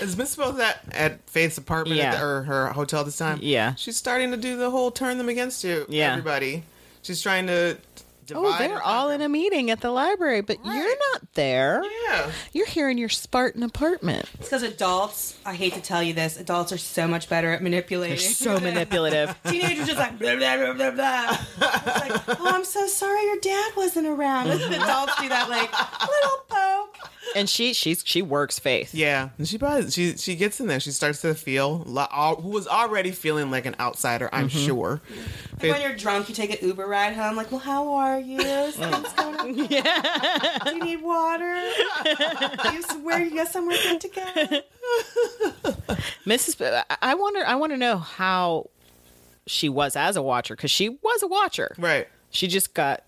S3: Is Miss Both at, at Faith's apartment at
S4: Yeah.
S3: the, or her hotel this time?
S4: Yeah.
S3: She's starting to do the whole turn them against you,
S4: Yeah.
S3: everybody. She's trying to divide.
S4: oh, they're all in a meeting at the library, but you're not there.
S3: Yeah.
S4: You're here in your Spartan apartment.
S5: it's because adults, I hate to tell you this, adults are so much better at manipulating.
S4: So manipulative.
S5: Teenagers just like blah blah blah blah blah. It's like, oh, I'm so sorry your dad wasn't around. That's what adults do that like little poke.
S4: and she she's she works Faith.
S3: Yeah. And she probably, she she gets in there. She starts to feel lo- all, who was already feeling like an outsider, I'm
S4: Mm-hmm.
S3: sure.
S5: Like when you're drunk, you take an Uber ride home. Like, well, how are you? Something's going on. Do you need water? Do you swear you got somewhere good to go?
S4: Mrs. P- I- I wonder. I want to know how she was as a watcher because she was a watcher.
S3: Right.
S4: She just got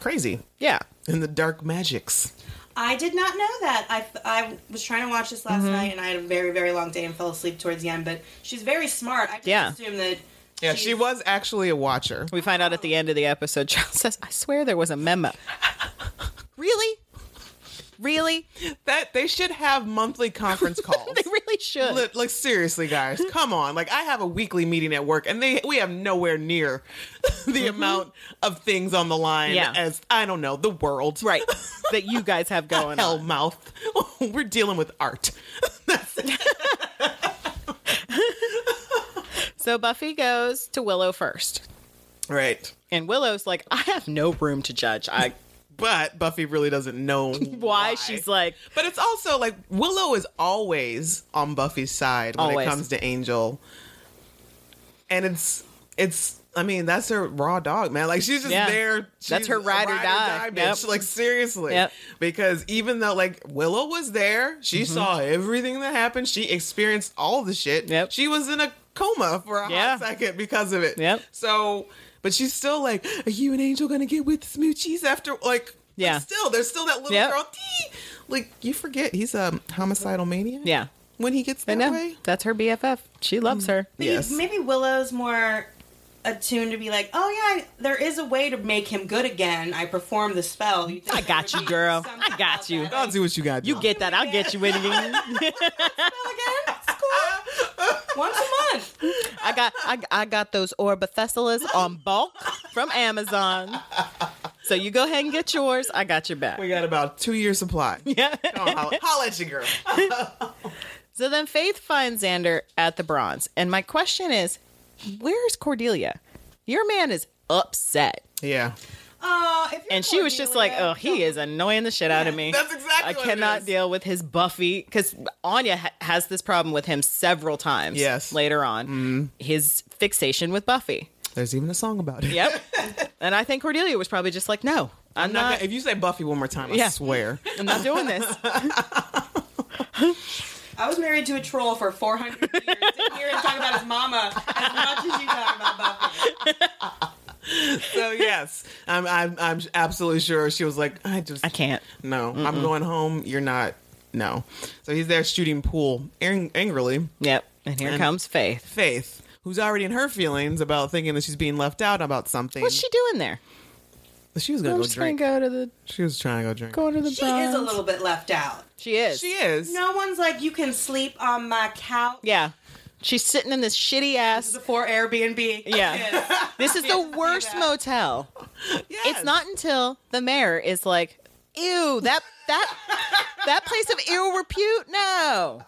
S3: Crazy.
S4: yeah.
S3: And the dark magics.
S5: I did not know that. I, I was trying to watch this last night, and I had a very very long day and fell asleep towards the end. But she's very smart. I just
S4: Yeah.
S5: assume that.
S3: Yeah,
S5: she's-
S3: she was actually a watcher.
S4: We find out at the end of the episode. Charles says, "I swear there was a memo." really, really,
S3: That they should have monthly conference calls.
S4: they really should.
S3: Li- like seriously, guys, come on! Like I have a weekly meeting at work, and they we have nowhere near the amount of things on the line
S4: Mm-hmm. Yeah.
S3: as I don't know the world,
S4: Right, that you guys have going
S3: Hell
S4: on.
S3: mouth, we're dealing with art.
S4: So Buffy goes to Willow first,
S3: Right,
S4: and Willow's like, "I have no room to judge." I
S3: but Buffy really doesn't know why,
S4: why she's like,
S3: But it's also like Willow is always on Buffy's side when
S4: Always.
S3: it comes to Angel, and it's it's. I mean, that's her raw dog, man. Like she's just
S4: Yeah.
S3: there. She's
S4: That's her
S3: a
S4: ride or die.
S3: bitch.
S4: Yep.
S3: Like seriously,
S4: Yep.
S3: because even though like Willow was there, she
S4: Mm-hmm.
S3: saw everything that happened. She experienced all the shit.
S4: Yep.
S3: She was in a coma for a
S4: Yeah.
S3: hot second because of it.
S4: Yep.
S3: So, but she's still like, "Are you and Angel gonna get with Smoochies after like?"
S4: Yeah.
S3: Still, there's still that little
S4: Yep.
S3: girl. "Dee." Like you forget he's a homicidal maniac.
S4: "Yeah,
S3: When he gets
S4: I
S3: that
S4: know.
S3: way.
S4: That's her BFF. She loves her."
S5: Maybe-
S3: Yes.
S5: Maybe Willow's more attuned to be like, oh yeah, I- there is a way to make him good again. I perform the spell. You think
S4: I got
S5: there
S4: you,
S5: would be
S4: girl.
S5: something
S4: I got
S5: about
S4: you.
S5: that.
S3: I'll do what you got.
S4: You get that? I'll get you again.
S5: Again? It's cool. Once a month.
S4: I got I, I got those orbithacelas on bulk from Amazon. So you go ahead and get yours. I got your back.
S3: We got about two years supply.
S4: Yeah.
S3: Come on, holla, holla at your girl.
S4: So then Faith finds Xander at the bronze. And my question is, where's Cordelia? Your man is upset.
S3: Yeah.
S5: Aw, Uh, if you're
S4: And she was just like,
S5: Cordelia,
S4: oh, he is annoying the shit out of me.
S3: That's exactly
S4: I
S3: what it
S4: cannot
S3: is.
S4: deal with his Buffy because Anya ha- has this problem with him several times.
S3: Yes. Mm-hmm.
S4: Later on, his fixation with Buffy.
S3: There's even a song about it.
S4: Yep. and I think Cordelia was probably just like, no, I'm,
S3: I'm
S4: not.
S3: not gonna- if you say Buffy one more time, I
S4: Yeah.
S3: swear.
S4: I'm not doing this.
S5: I was married to a troll for 400 years. Didn't hear him talk about his mama as much as you talk about Buffy.
S3: So yes, I'm, I'm I'm absolutely sure she was like, I just
S4: I can't.
S3: No, I'm going home. You're not. No. So he's there shooting pool ang- angrily.
S4: Yep. And here comes Faith.
S3: Faith, who's already in her feelings about thinking that she's being left out about something.
S4: What's she doing there?
S3: She was gonna
S4: I'm
S3: go
S4: just gonna
S3: drink.
S4: go to the
S3: She was trying to go drink.
S4: go to the
S5: She is a little bit left out.
S4: She is.
S3: She is.
S5: No one's like, you can sleep on my couch.
S4: Yeah. She's sitting in this shitty ass.
S5: Before Airbnb.
S4: Yeah. This is the worst motel.
S3: Yes.
S4: It's not until the mayor is like, ew. That that that place of ill repute. No.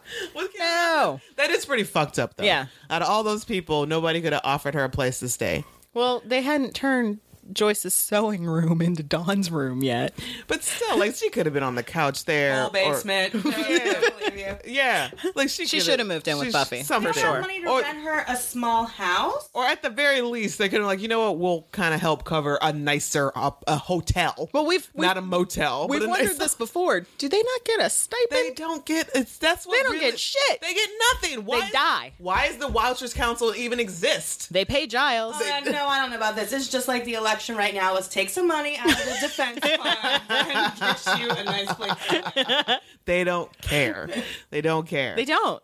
S4: No.
S3: That is pretty fucked up, though.
S4: Yeah.
S3: Out of all those people, nobody could have offered her a place to stay.
S4: Well, they hadn't turned Joyce's sewing room into Don's room yet.
S3: But still, like she could have been on the couch there.
S5: All
S3: or-
S5: basement. No, I believe you.
S3: yeah. Like she
S4: She
S3: coulda-
S4: should have moved in with
S3: she-
S4: Buffy,
S3: some
S4: for
S3: shit.
S4: sure.
S5: Have money to
S3: Or-
S5: rent her a small house.
S3: Or at the very least, they could have like, you know what? We'll kind of help cover a nicer op- a hotel.
S4: Well, we've- we've-
S3: not a motel.
S4: We've
S3: but a
S4: wondered
S3: nice-
S4: this before. Do they not get a stipend?
S3: They don't get it's that's what
S4: They don't
S3: really-
S4: get shit.
S3: They get nothing. Why is-
S4: die.
S3: Why is the Wouchers Council even exist?
S4: They pay Giles.
S5: Uh, no, I don't know about this. It's just like the election right now. Let's take some money out of the defense fund and get you a nice place. to live.
S3: They don't care. they don't care.
S4: They don't.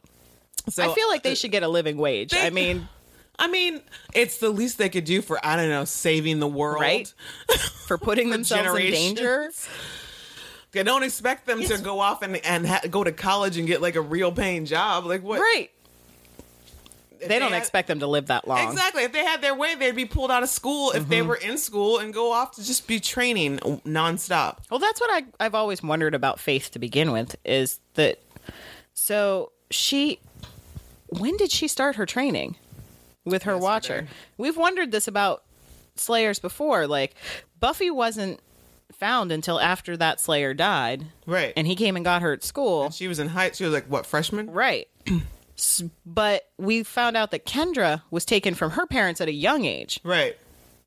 S3: so, uh,
S4: I feel like they should get a living wage.
S3: They-
S4: I mean,
S3: I mean, it's the least they could do for I don't know, saving the world.
S4: Right? for putting themselves in
S3: generations.
S4: danger.
S3: I don't expect them to go off and and ha- go to college and get like a real paying job. Like what?
S4: Right.
S3: If
S4: They don't
S3: had-
S4: expect them to live that long.
S3: Exactly. If they had their way, they'd be pulled out of school if
S4: Mm-hmm.
S3: they were in school and go off to just be training nonstop.
S4: Well, that's what I, I've always wondered about Faith to begin with is that. So she, when did she start her training with her watcher? We've wondered this about Slayers before. Like Buffy wasn't found until after that Slayer died,
S3: Right.
S4: and he came and got her at school,
S3: She was in high. She was like what freshman?
S4: right? S- but we found out that Kendra was taken from her parents at a young age,
S3: Right.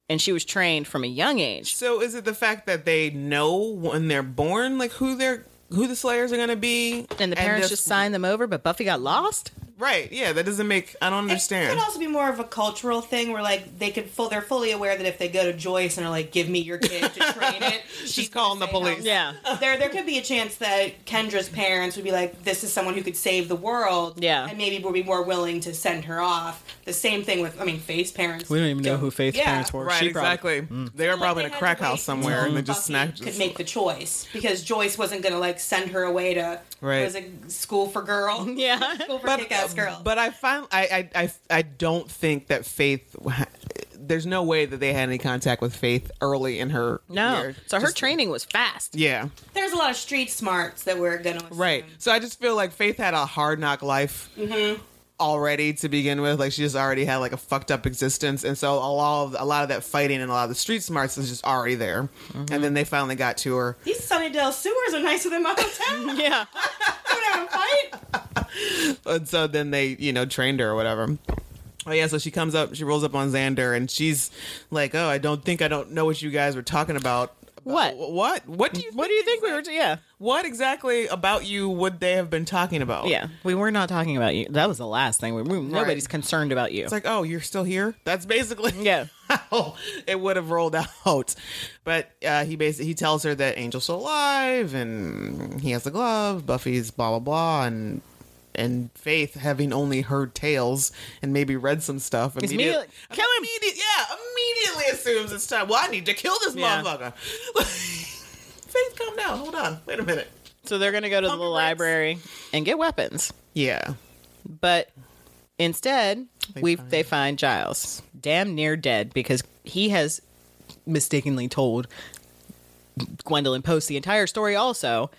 S4: and she was trained from a young age.
S3: So is it the fact that they know when they're born, like who they're who the Slayers are going to be,
S4: And the parents
S3: this-
S4: just signed them over, but Buffy got lost.
S3: right? Yeah, that doesn't make. I don't
S5: It
S3: understand.
S5: could also be more of a cultural thing where like they could full, they're fully aware that if they go to Joyce and are like, "Give me your kid to train it,"
S3: She's calling the
S5: gonna say
S3: police.
S5: no. Uh,
S4: Yeah.
S5: There, there could be a chance that Kendra's parents would be like, "This is someone who could save the world,"
S4: Yeah.
S5: and maybe would be more willing to send her off. The same thing with, I mean, Faith's parents.
S6: We don't even know who Faith's
S5: Yeah.
S6: parents were.
S3: Right,
S6: She probably-
S3: exactly. They were probably Mm. in a crack house somewhere, and they just snacked.
S5: Could make the choice because Joyce wasn't gonna like send her away to
S3: Right.
S5: was a school for girl,
S4: Yeah.
S5: school for kick-ass girl.
S3: But I find I, I I I don't think that Faith. There's no way that they had any contact with Faith early in her.
S4: No.
S3: year.
S4: So her training was fast.
S3: Yeah.
S5: there's a lot of street smarts that we're gonna assume.
S3: Right. So I just feel like Faith had a hard knock life already to begin with. Like she just already had like a fucked up existence, and so a lot of a lot of that fighting and a lot of the street smarts was just already there. And then they finally got to her.
S5: These Sunnydale sewers are nicer than my hotel.
S4: Yeah.
S5: We're gonna have a fight.
S3: and so then they you know trained her or whatever oh yeah so she comes up she rolls up on xander and she's like oh i don't think i don't know what you guys were talking about
S4: What?
S3: About- what what do you
S4: What do you think we were? yeah.
S3: what exactly about you would they have been talking about
S4: Yeah. We were not talking about you. That was the last thing. We, we- nobody's concerned about you.
S3: it's like oh you're still here that's basically
S4: yeah.
S3: how Oh, it would have rolled out but uh, he basically he tells her that angel's still alive and he has the glove buffy's blah blah blah and and Faith having only heard tales and maybe read some stuff immediately.
S4: immediately- Kill him.
S3: Immedi- yeah, immediately assumes it's time. Well, I need to kill this
S4: Yeah.
S3: motherfucker. Faith, calm down. Hold on. Wait a minute.
S4: So they're going to go to the
S3: Pump your brakes.
S4: library and get weapons.
S3: Yeah.
S4: But instead, we they find Giles damn near dead because he has mistakenly told Gwendolyn Post the entire story also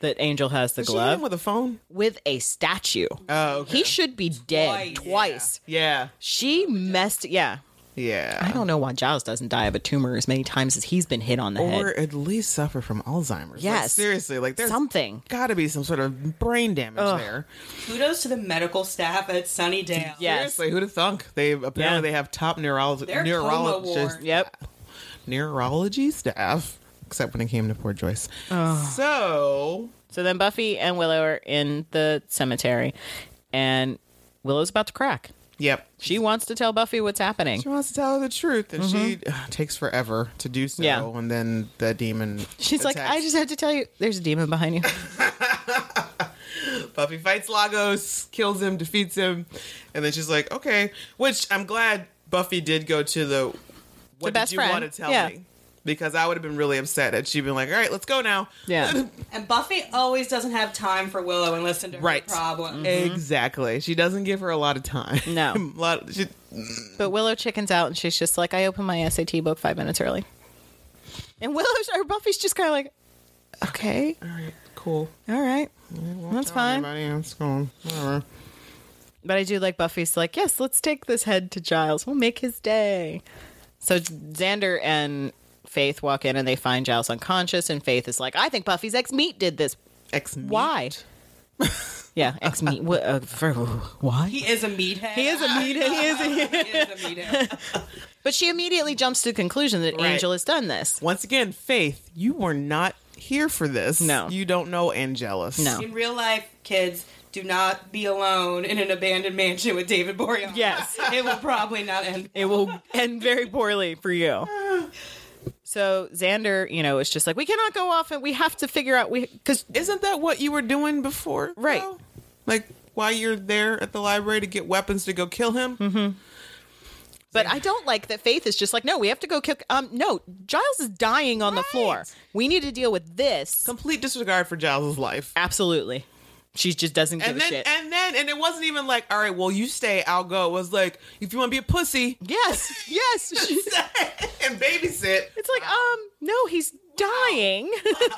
S4: that Angel has the
S3: Did she hit him
S4: glove
S3: with a phone?
S4: with a statue.
S3: Oh, okay.
S4: He should be dead twice.
S3: yeah.
S4: She messed yeah.
S3: Yeah.
S4: I don't know why Giles doesn't die of a tumor as many times as he's been hit on the
S3: or
S4: head.
S3: at least suffer from Alzheimer's. Like,
S4: Yes.
S3: seriously, like there's
S4: Something.
S3: got to be some sort of brain damage there.
S5: Kudos to the medical staff at Sunnydale.
S4: Yes.
S3: Seriously, who'd have thunk? They apparently
S4: Yeah.
S3: they have top neurolog-
S5: They're coma
S3: neurologists
S5: ward.
S4: Yep.
S3: neurology staff, except when it came to poor Joyce. So
S4: So then Buffy and Willow are in the cemetery, and Willow's about to crack.
S3: yep,
S4: She wants to tell Buffy what's happening.
S3: she wants to tell her the truth, and she uh, takes forever to do so.
S4: Mm-hmm. Yeah.
S3: And then the demon.
S4: She's like,
S3: attacks.
S4: I just had to tell you, there's a demon behind you.
S3: Buffy fights Lagos, kills him, defeats him, and then she's like, okay. Which I'm glad Buffy did go to the. What
S4: best
S3: did you
S4: friend.
S3: want to tell
S4: Yeah.
S3: me? Because I would have been really upset had she been like, all right, let's go now.
S4: Yeah. Mm-hmm.
S5: And Buffy always doesn't have time for Willow and listen to her
S3: Right. Mm-hmm.
S5: problem.
S3: Exactly. She doesn't give her a lot of time.
S4: No.
S3: a lot. She,
S4: But Willow chickens out, and she's just like, I opened my SAT book five minutes early. And Willow's or Buffy's just kind of like, Okay.
S3: All right, cool.
S4: All right.
S3: Well,
S4: That's
S3: tell
S4: fine.
S3: Everybody else, cool. Whatever.
S4: But I do like Buffy's like, yes, let's take this head to Giles. We'll make his day. So Xander and Faith walk in and they find Giles unconscious. And Faith is like, I think Buffy's ex meat did this.
S3: Ex meat.
S4: Why? yeah, ex meat. Wha- uh, for- why?
S5: He is a meathead.
S4: He is a meat. He is a
S5: He is a meathead.
S4: But she immediately jumps to the conclusion that
S3: Right.
S4: Angel has done this.
S3: Once again, Faith, you were not here for this.
S4: No.
S3: You don't know Angelus.
S4: No.
S5: In real life, kids do not be alone in an abandoned mansion with David Boreanaz.
S4: Yes.
S5: it will probably not end.
S4: It will end very poorly for you. So Xander, you know, is just like, we cannot go off and we have to figure out we because
S3: Isn't that what you were doing before?
S4: Right.
S3: though? Like while you're there at the library to get weapons to go kill him?
S4: But I don't like that Faith is just like, no, we have to go kick. Um, no, Giles is dying on the floor. We need to deal with this.
S3: Complete disregard for Giles' life.
S4: Absolutely, she just doesn't give
S3: And
S4: a
S3: then,
S4: shit.
S3: and then, and it wasn't even like, all right, well, you stay, I'll go. It was like, if you want to be a pussy
S4: yes, yes. She-
S3: and babysit,
S4: it's like, um, no, he's dying.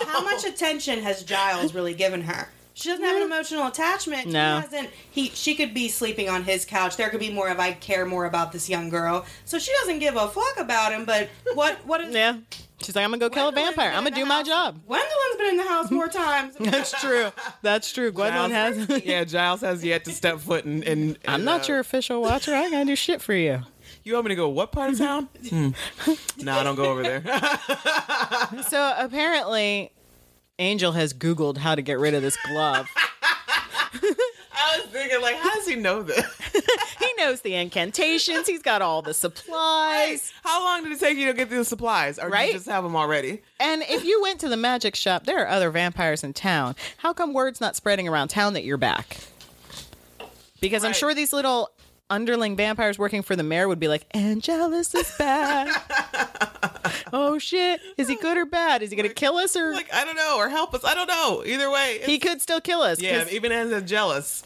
S5: How much attention has Giles really given her? She doesn't have an emotional attachment.
S4: No.
S5: He hasn't. He she could be sleeping on his couch. There could be more of I care more about this young girl. So she doesn't give a fuck about him. But what what is
S4: yeah, she's like, I'm gonna go kill a
S5: Gwendolyn's
S4: vampire.
S5: been
S4: I'm
S5: in
S4: gonna
S5: the
S4: do my
S5: house-
S4: job.
S5: Gwendolyn's been in the house more times.
S4: That's true. That's true. Gwendolyn
S3: Giles-
S4: has.
S3: yeah, Giles has yet to step foot in. in,
S4: I'm
S3: in,
S4: not
S3: uh,
S4: your official watcher. I ain't gonna do shit for you.
S3: You want me to go what part of town? Hmm. No, I don't go over there.
S4: So apparently, Angel has Googled how to get rid of this glove.
S3: I was thinking, like, how does he know this?
S4: he knows the incantations. He's got all the supplies.
S3: How long did it take you to get the supplies, or did
S4: Right?
S3: you just have them already?
S4: And if you went to the magic shop, there are other vampires in town. How come word's not spreading around town that you're back? Because I'm
S3: Right.
S4: sure these little underling vampires working for the mayor would be like, Angelus is back. oh shit. Is he good or bad? Is he going to kill us or.
S3: Like, I don't know, or help us. I don't know. Either way, it's-
S4: He could still kill us. 'cause-
S3: yeah. Even as a jealous,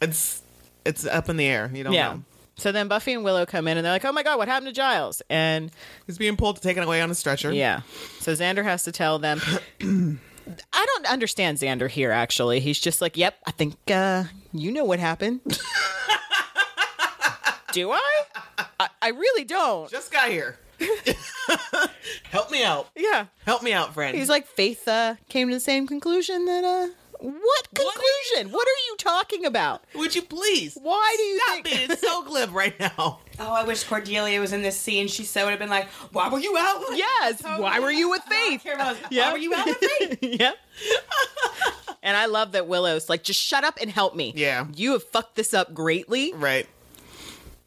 S3: it's it's up in the air. You don't
S4: yeah.
S3: know.
S4: So then Buffy and Willow come in and they're like, oh my God, what happened to Giles? And
S3: He's being pulled, taken away on a stretcher.
S4: Yeah. So Xander has to tell them. I don't understand Xander here, actually. He's just like, yep, I think uh, you know what happened. Do I? I? I really don't.
S3: just got here. help me out.
S4: yeah.
S3: Help me out, friend.
S4: He's like, Faith uh, came to the same conclusion that, uh, what conclusion? What are you talking about?
S3: would you please?
S4: Why do you
S3: Stop
S4: think
S3: it! It's so glib right now.
S5: Oh, I wish Cordelia was in this scene. She so would have been like, "Why were you out?" Like,
S4: Yes. Why were you with
S5: I don't
S4: Faith?
S5: care about-
S4: Yeah.
S5: Why were you out with me?
S4: yep. and I love that Willow's like, just shut up and help me.
S3: Yeah.
S4: You have fucked this up greatly.
S3: Right.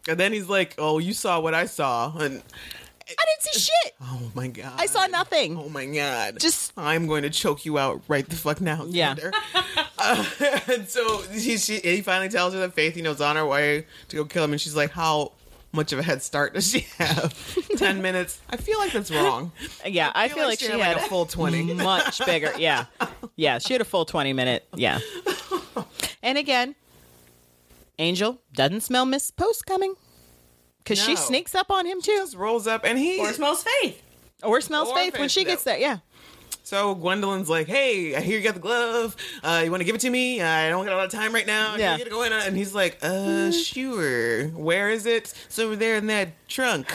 S3: And then he's like, "Oh, you saw what I saw," and
S4: I didn't see shit.
S3: oh my god,
S4: I saw nothing.
S3: Oh my god,
S4: Just-
S3: I'm going to choke you out right the fuck now.
S4: Yeah.
S3: Xander. uh, and so he, she, he finally tells her that Faith, you know, is on her way to go kill him, and she's like, "How much of a head start does she have? Ten minutes? I feel like that's wrong.
S4: Yeah, I feel, like, she had,
S3: a full twenty.
S4: much bigger. Yeah, yeah, she had a full twenty minute. Yeah, and again, Angel doesn't smell Miss Post coming because she
S3: No.
S4: sneaks up on him too,
S3: Just rolls up, and he
S5: Or smells faith.
S4: or smells
S3: Or
S4: Faith when
S3: Faith,
S4: she
S3: no.
S4: gets there. Yeah,
S3: So Gwendolyn's like, "Hey, I hear you got the glove. Uh, you want to give it to me? I don't got a lot of time right now.
S4: Yeah. Mm-hmm.
S3: Yeah, get it going." on." And he's like, "Uh, sure. Where is it? It's over there in that trunk."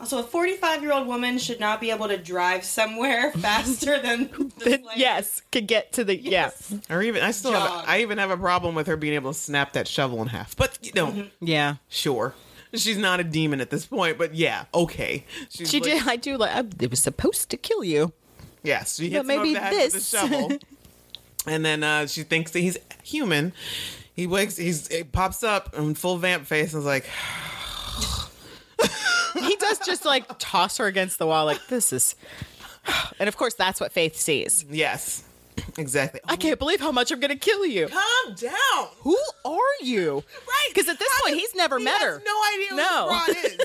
S5: Also, a 45 year old woman should not be able to drive somewhere faster than the slave.
S4: yes, could get to the yeah,
S3: Or even I still
S5: Jog.
S3: have I even have a problem with her being able to snap that shovel in half. But you know,
S4: yeah.
S3: sure, she's not a demon at this point. But yeah, okay. She's
S4: She
S3: like-
S4: did. I do like. I, it was supposed to kill you.
S3: Yes, she
S4: But
S3: hits maybe
S4: maybe
S3: him up the head with
S4: this.
S3: the shovel, and then uh, she thinks that he's human. He wakes. He's he pops up in full vamp face and is like.
S4: He does just like toss her against the wall. Like this is, and of course that's what Faith sees.
S3: Yes, exactly.
S4: I can't believe how much I'm going to kill you.
S3: calm down.
S4: Who are you?
S3: Right,
S4: Because at this
S3: how
S4: point,
S3: does-
S4: he's never
S3: he
S4: met
S3: has
S4: her.
S3: No idea
S4: No.
S3: what fraud is.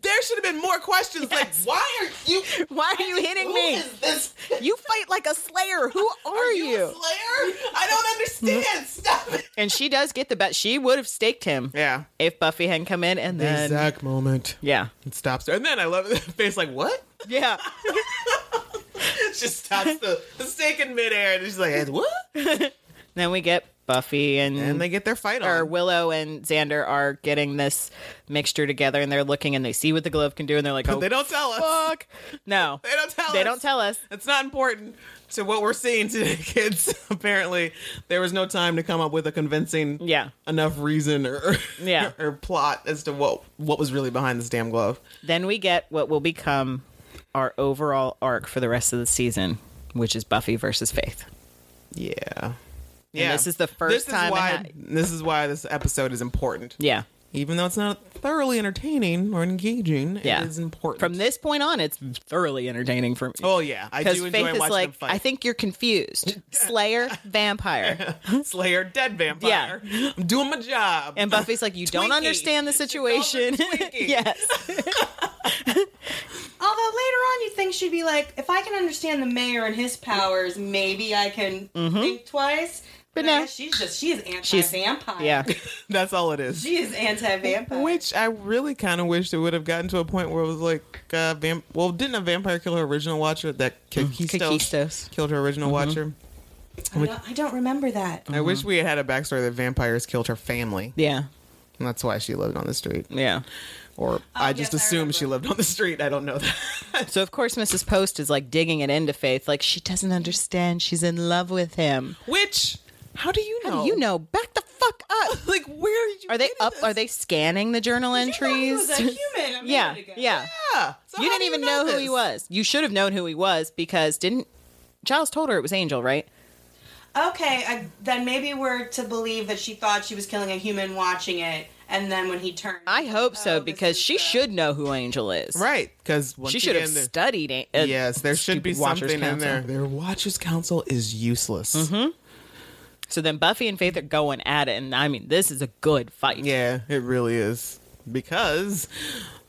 S3: There should have been more questions.
S4: Yes.
S3: Like, why are you?
S4: Why are you hitting
S3: Who
S4: me?
S3: is this?
S4: You fight like a slayer. Who are,
S3: you,
S4: you? Mm-hmm.
S3: a Slayer? I don't understand. Stop it.
S4: And she does get the bet. She would have staked him
S3: Yeah.
S4: if Buffy hadn't come in. And then,
S3: exact moment.
S4: yeah,
S3: It stops there, and then I love it. Face like what?
S4: yeah.
S3: just stops the, the snake in midair and she's like, "Eh, what?
S4: Then we get Buffy and,
S3: And they get their fight
S4: or
S3: on.
S4: Willow and Xander are getting this mixture together and they're looking and they see what the glove can do and they're like, oh,
S3: They don't tell us.
S4: fuck. No.
S3: They don't tell
S4: They
S3: us.
S4: don't tell us.
S3: It's not important to what we're seeing today, kids. Apparently, there was no time to come up with a convincing
S4: Yeah.
S3: enough reason or
S4: Yeah.
S3: or plot as to what what was really behind this damn glove.
S4: Then we get what will become our overall arc for the rest of the season, which is Buffy versus Faith.
S3: Yeah. Yeah.
S4: this is the
S3: This
S4: first
S3: is
S4: time it
S3: why
S4: ha-
S3: this is why this episode is important.
S4: Yeah.
S3: Even though it's not thoroughly entertaining or engaging,
S4: Yeah.
S3: it is important.
S4: From this point on, it's thoroughly entertaining for me.
S3: Oh yeah, I
S4: because
S3: do enjoy
S4: Faith is
S3: watching
S4: like,
S3: them fight.
S4: I think you're confused. Slayer, vampire.
S3: Slayer, dead vampire. I'm doing my job.
S4: And Buffy's like, you don't
S3: Twinkie.
S4: understand the situation.
S3: Twinkie.
S4: yes.
S5: Although later on, you think she'd be like, if I can understand the mayor and his powers, maybe I can
S4: Mm-hmm.
S5: think twice. But,
S4: no.
S5: no, she's just she's anti-vampire.
S4: Yeah.
S3: That's all it is.
S5: she is anti-vampire.
S3: Which I really kind of wished it would have gotten to a point where it was like, uh, vamp- well, didn't a vampire kill her original watcher? That
S4: Mm.
S3: Kakistos,
S4: Kakistos.
S3: killed her original
S4: Mm-hmm.
S3: watcher.
S5: I don't, I don't remember that.
S3: I wish we had had a backstory that vampires killed her family,
S4: Yeah.
S3: and that's why she lived on the street.
S4: Yeah.
S3: Or
S4: Oh,
S3: I
S5: yes,
S3: just
S5: I
S3: assumed she lived on the street. I don't know that.
S4: So of course Mrs. Post is like digging it into Faith, like she doesn't understand. She's in love with him.
S3: Which, how do you know?
S4: How do you know? Back the fuck up.
S3: Like, where did you?
S4: Are they
S3: getting
S4: up?
S3: this?
S4: Are they scanning the journal
S5: I thought he was
S4: entries?
S5: a human. A
S4: Yeah,
S5: minute ago.
S4: yeah.
S3: Yeah. So
S4: You
S3: how
S4: didn't
S3: do
S4: even know, who
S3: this?
S4: he was. You should have known who he was because didn't Giles told her it was Angel, right?
S5: Okay, I, then maybe we're to believe that she thought she was killing a human watching it, and then when he turned,
S4: I hope
S5: Oh,
S4: so
S5: this
S4: because
S5: is
S4: she
S5: the-
S4: should know who Angel is.
S3: Right, because
S4: She should have studied. An- uh,
S3: Yes, there should be
S4: stupid Watchers Mm-hmm.
S3: something in
S4: Council.
S3: there. Their Watchers Council is useless.
S4: So then Buffy and Faith are going at it, and I mean, this is a good fight.
S3: Yeah, it really is. Because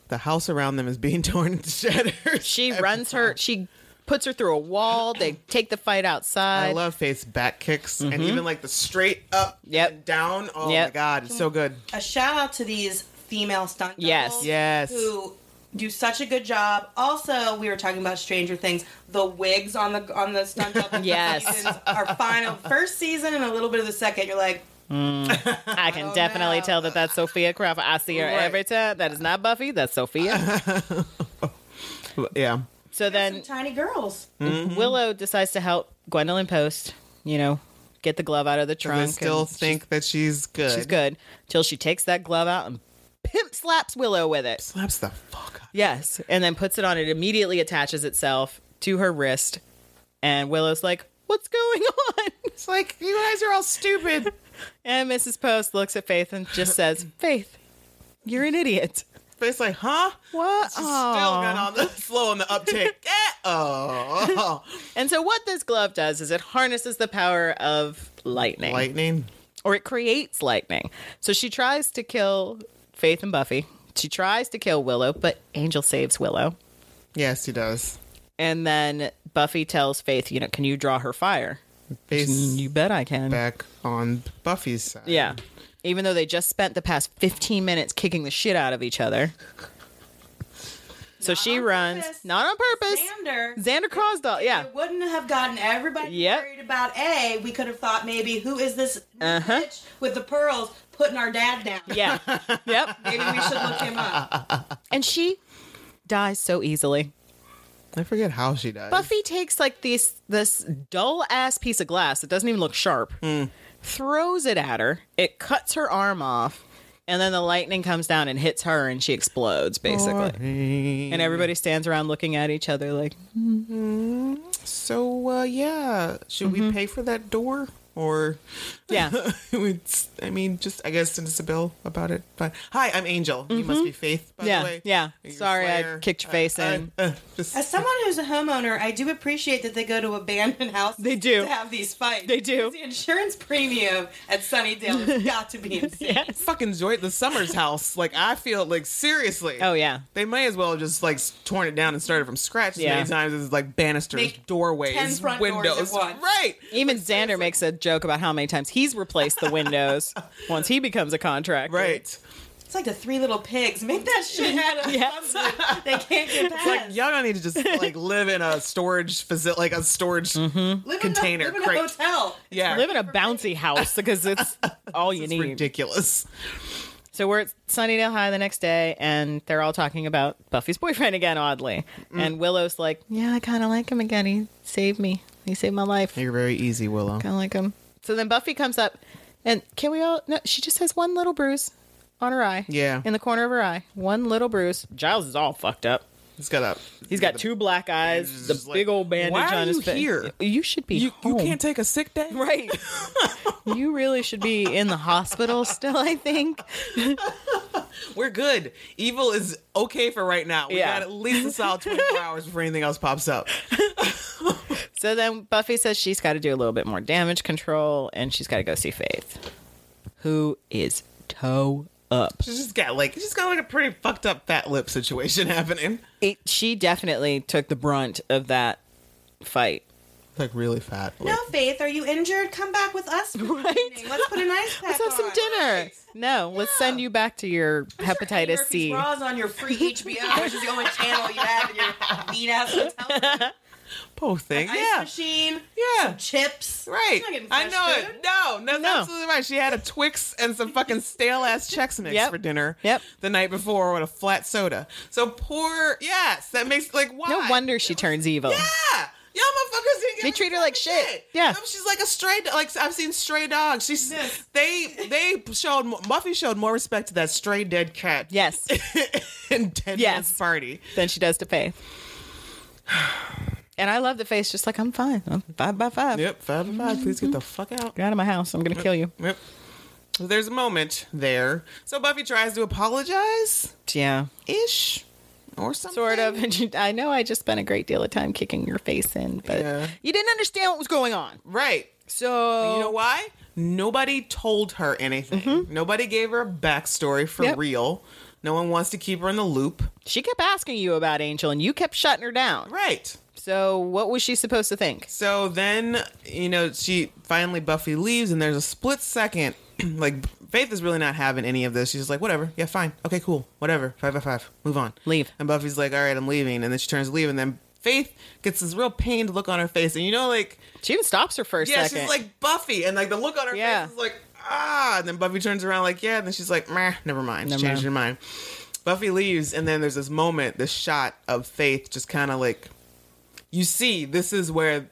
S3: the house around them is being torn to shattered.
S4: She runs her. She puts her through a wall. They take the fight outside.
S3: I love Faith's back kicks and even like the straight up
S4: Mm-hmm. Yep.
S3: and down. Oh my
S4: Yep.
S3: god, it's so good.
S5: a shout out to these female stunt
S4: Yes.
S5: doubles
S3: Yes.
S5: who do such a good job. Also, we were talking about Stranger Things. The wigs on the on the stunt double
S4: Yes.
S5: seasons are final first season and a little bit of the second. You're like,
S4: I can definitely tell that that's Sophia Crawford. I see her every time. That is not Buffy. That's Sophia.
S3: Yeah.
S4: so
S5: "Some
S4: then
S5: tiny girls.
S4: Willow decides to help Gwendolyn Post. You know, get the glove out of the
S3: I
S4: trunk.
S3: still
S4: and
S3: think that she's good.
S4: she's, she's good till she takes that glove out and pimp slaps Willow with it.
S3: Slaps the fuck out.
S4: Yes, and then puts it on. It immediately attaches itself to her wrist, and Willow's like, "What's going on?"
S3: It's like you guys are all stupid.
S4: And Mrs. Post looks at Faith and just says, "Faith, you're an idiot."
S3: Faith's like, huh?
S4: What?
S3: She's still good on the slow on the uptake. Eh, oh.
S4: And so, what this glove does is it harnesses the power of lightning,
S3: Lightning.
S4: or it creates lightning. So she tries to kill Faith and Buffy. She tries to kill Willow, but Angel saves Willow.
S3: Yes, he does.
S4: And then Buffy tells Faith, "You know, can you draw her fire?"
S3: Face
S4: Mm, You bet I can.
S3: back on Buffy's side.
S4: Yeah. Even though they just spent the past 15 minutes kicking the shit out of each other. So she
S5: on
S4: runs,
S5: purpose.
S4: not on purpose.
S5: Xander.
S4: Xander Crosdall, yeah.
S5: It wouldn't have gotten everybody
S4: Yep.
S5: worried about A. We could have thought maybe who is this bitch with the pearls putting our dad down?
S4: Uh-huh. Yeah. yep.
S5: Maybe we should look him up.
S4: And she dies so easily.
S3: I forget how she does.
S4: Buffy takes like this this dull ass piece of glass that doesn't even look sharp, throws it at her, it cuts her arm off, and then the lightning comes down and hits her and she explodes basically. And everybody stands around looking at each other like,
S3: So uh, yeah, should we pay for that door or?
S4: Mm-hmm. yeah.
S3: it's, I mean, just I guess send us a bill about it. But hi, I'm Angel. You must be Faith. By
S4: Mm-hmm. yeah,
S3: the way.
S4: yeah.
S3: You're a
S4: Sorry,
S3: Slayer.
S4: I kicked your face in.
S3: Uh, just
S5: As someone who's a homeowner, I do appreciate that they go to abandoned houses.
S4: They do.
S5: to have these fights.
S4: They do.
S5: The insurance premium at Sunnydale has got to be insane.
S3: fucking enjoyed the Summers house. Like I feel like seriously.
S4: oh yeah,
S3: They may as well just like torn it down and started from scratch as
S4: Yeah.
S3: many times as like banisters,
S5: Make
S3: doorways,
S5: 10 front doors at
S3: windows.
S5: once.
S3: Right.
S4: even Xander makes a joke about how many times he's replaced the windows once he becomes a contractor.
S3: Right.
S5: It's like the Three Little Pigs. Make that shit out of something. They can't get past.
S3: It's like y'all don't need to just like live in a storage facility, like a storage.
S5: live
S3: container,
S5: In a, live in
S3: crate.
S5: a hotel.
S3: Yeah,
S4: Mm-hmm. Live in a bouncy house because it's all you
S3: it's
S4: need.
S3: ridiculous.
S4: So we're at Sunnydale High the next day, and they're all talking about Buffy's boyfriend again, oddly.
S3: Mm.
S4: And Willow's like, Yeah, I kind of like him again. He saved me. He saved my life.
S3: You're very easy, Willow.
S4: Kind of like him. So then Buffy comes up, and can we all? No, she just has one little bruise on her eye.
S3: Yeah.
S4: In the corner of her eye. One little bruise. Giles is all fucked up.
S3: He's got up.
S4: He's got two black eyes, the
S3: just like,
S4: big old bandage
S3: "Why are
S4: on
S3: you
S4: his face.
S3: here?
S4: You should be
S3: You, you
S4: home.
S3: can't take a sick day.
S4: Right. you really should be in the hospital still, I think.
S3: We're good. Evil is okay for right now. We
S4: Yeah.
S3: got at least a solid 24 hours before anything else pops up.
S4: So then Buffy says she's got to do a little bit more damage control and she's got to go see Faith, who is toe up.
S3: She's just got like she's got like a pretty fucked up fat lip situation happening.
S4: It, she definitely took the brunt of that fight.
S3: Like really fat.
S5: No, Faith, are you injured? Come back with us. for the evening. Let's put an ice pack
S4: Let's have some
S5: on.
S4: dinner. No, let's send you back to your
S5: Eddie
S4: hepatitis
S5: Murphy's
S4: C.
S5: Raw is on your free HBO, which is the only channel you have in your mean ass hotel.
S3: Poor thing.
S5: Ice
S3: Yeah.
S5: machine,
S3: Yeah.
S5: chips.
S3: Right.
S5: She's not getting
S3: I
S5: fresh
S3: know
S5: food.
S3: it. No, no, that's
S4: No.
S3: absolutely right. She had a Twix and some fucking stale ass Chex Mix
S4: Yep.
S3: for dinner
S4: Yep.
S3: the night before with a flat soda. So poor, yes, that makes like why?
S4: No wonder she turns evil.
S3: Yeah. Y'all motherfuckers didn't give
S4: They
S3: a
S4: treat her
S3: fucking
S4: like shit. Yeah.
S3: No, she's like a stray dog. Like I've seen stray dogs. She's
S5: Yes.
S3: they they showed mo- Buffy showed more respect to that stray dead cat.
S4: Yes.
S3: in Dead
S4: Yes.
S3: Man's Party.
S4: than she does to Faith. And I love the face, just like, I'm fine. I'm five by five.
S3: Yep. Five and five. Please get the fuck out.
S4: Get out of my house. I'm going to kill you.
S3: Yep. There's a moment there. So Buffy tries to apologize
S4: Yeah.
S3: ish, or something.
S4: sort of. And you- I know I just spent a great deal of time kicking your face in, but
S3: Yeah.
S4: you didn't understand what was going on.
S3: Right.
S4: So Mm-hmm.
S3: You know why? Nobody told her anything. Nobody gave her a backstory for
S4: Yep.
S3: real. No one wants to keep her in the loop.
S4: she kept asking you about Angel, and you kept shutting her down.
S3: Right.
S4: So what was she supposed to think?
S3: So then, you know, she finally Buffy leaves, and there's a split second. like Faith is really not having any of this. She's just like, whatever, yeah, fine, okay, cool, whatever. Five by five, move on,
S4: Leave.
S3: And Buffy's like, all right, I'm leaving. And then she turns to leave, and then Faith gets this real pained look on her face, and you know, like,
S4: She even stops her for a
S3: yeah,
S4: second.
S3: she's like Buffy, and like the look on her
S4: Yeah.
S3: face is like, ah. And then Buffy turns around, like, yeah. And then she's like, meh, never mind. She changed her mind. Buffy leaves, and then there's this moment, this shot of Faith just kind of like, you see, this is where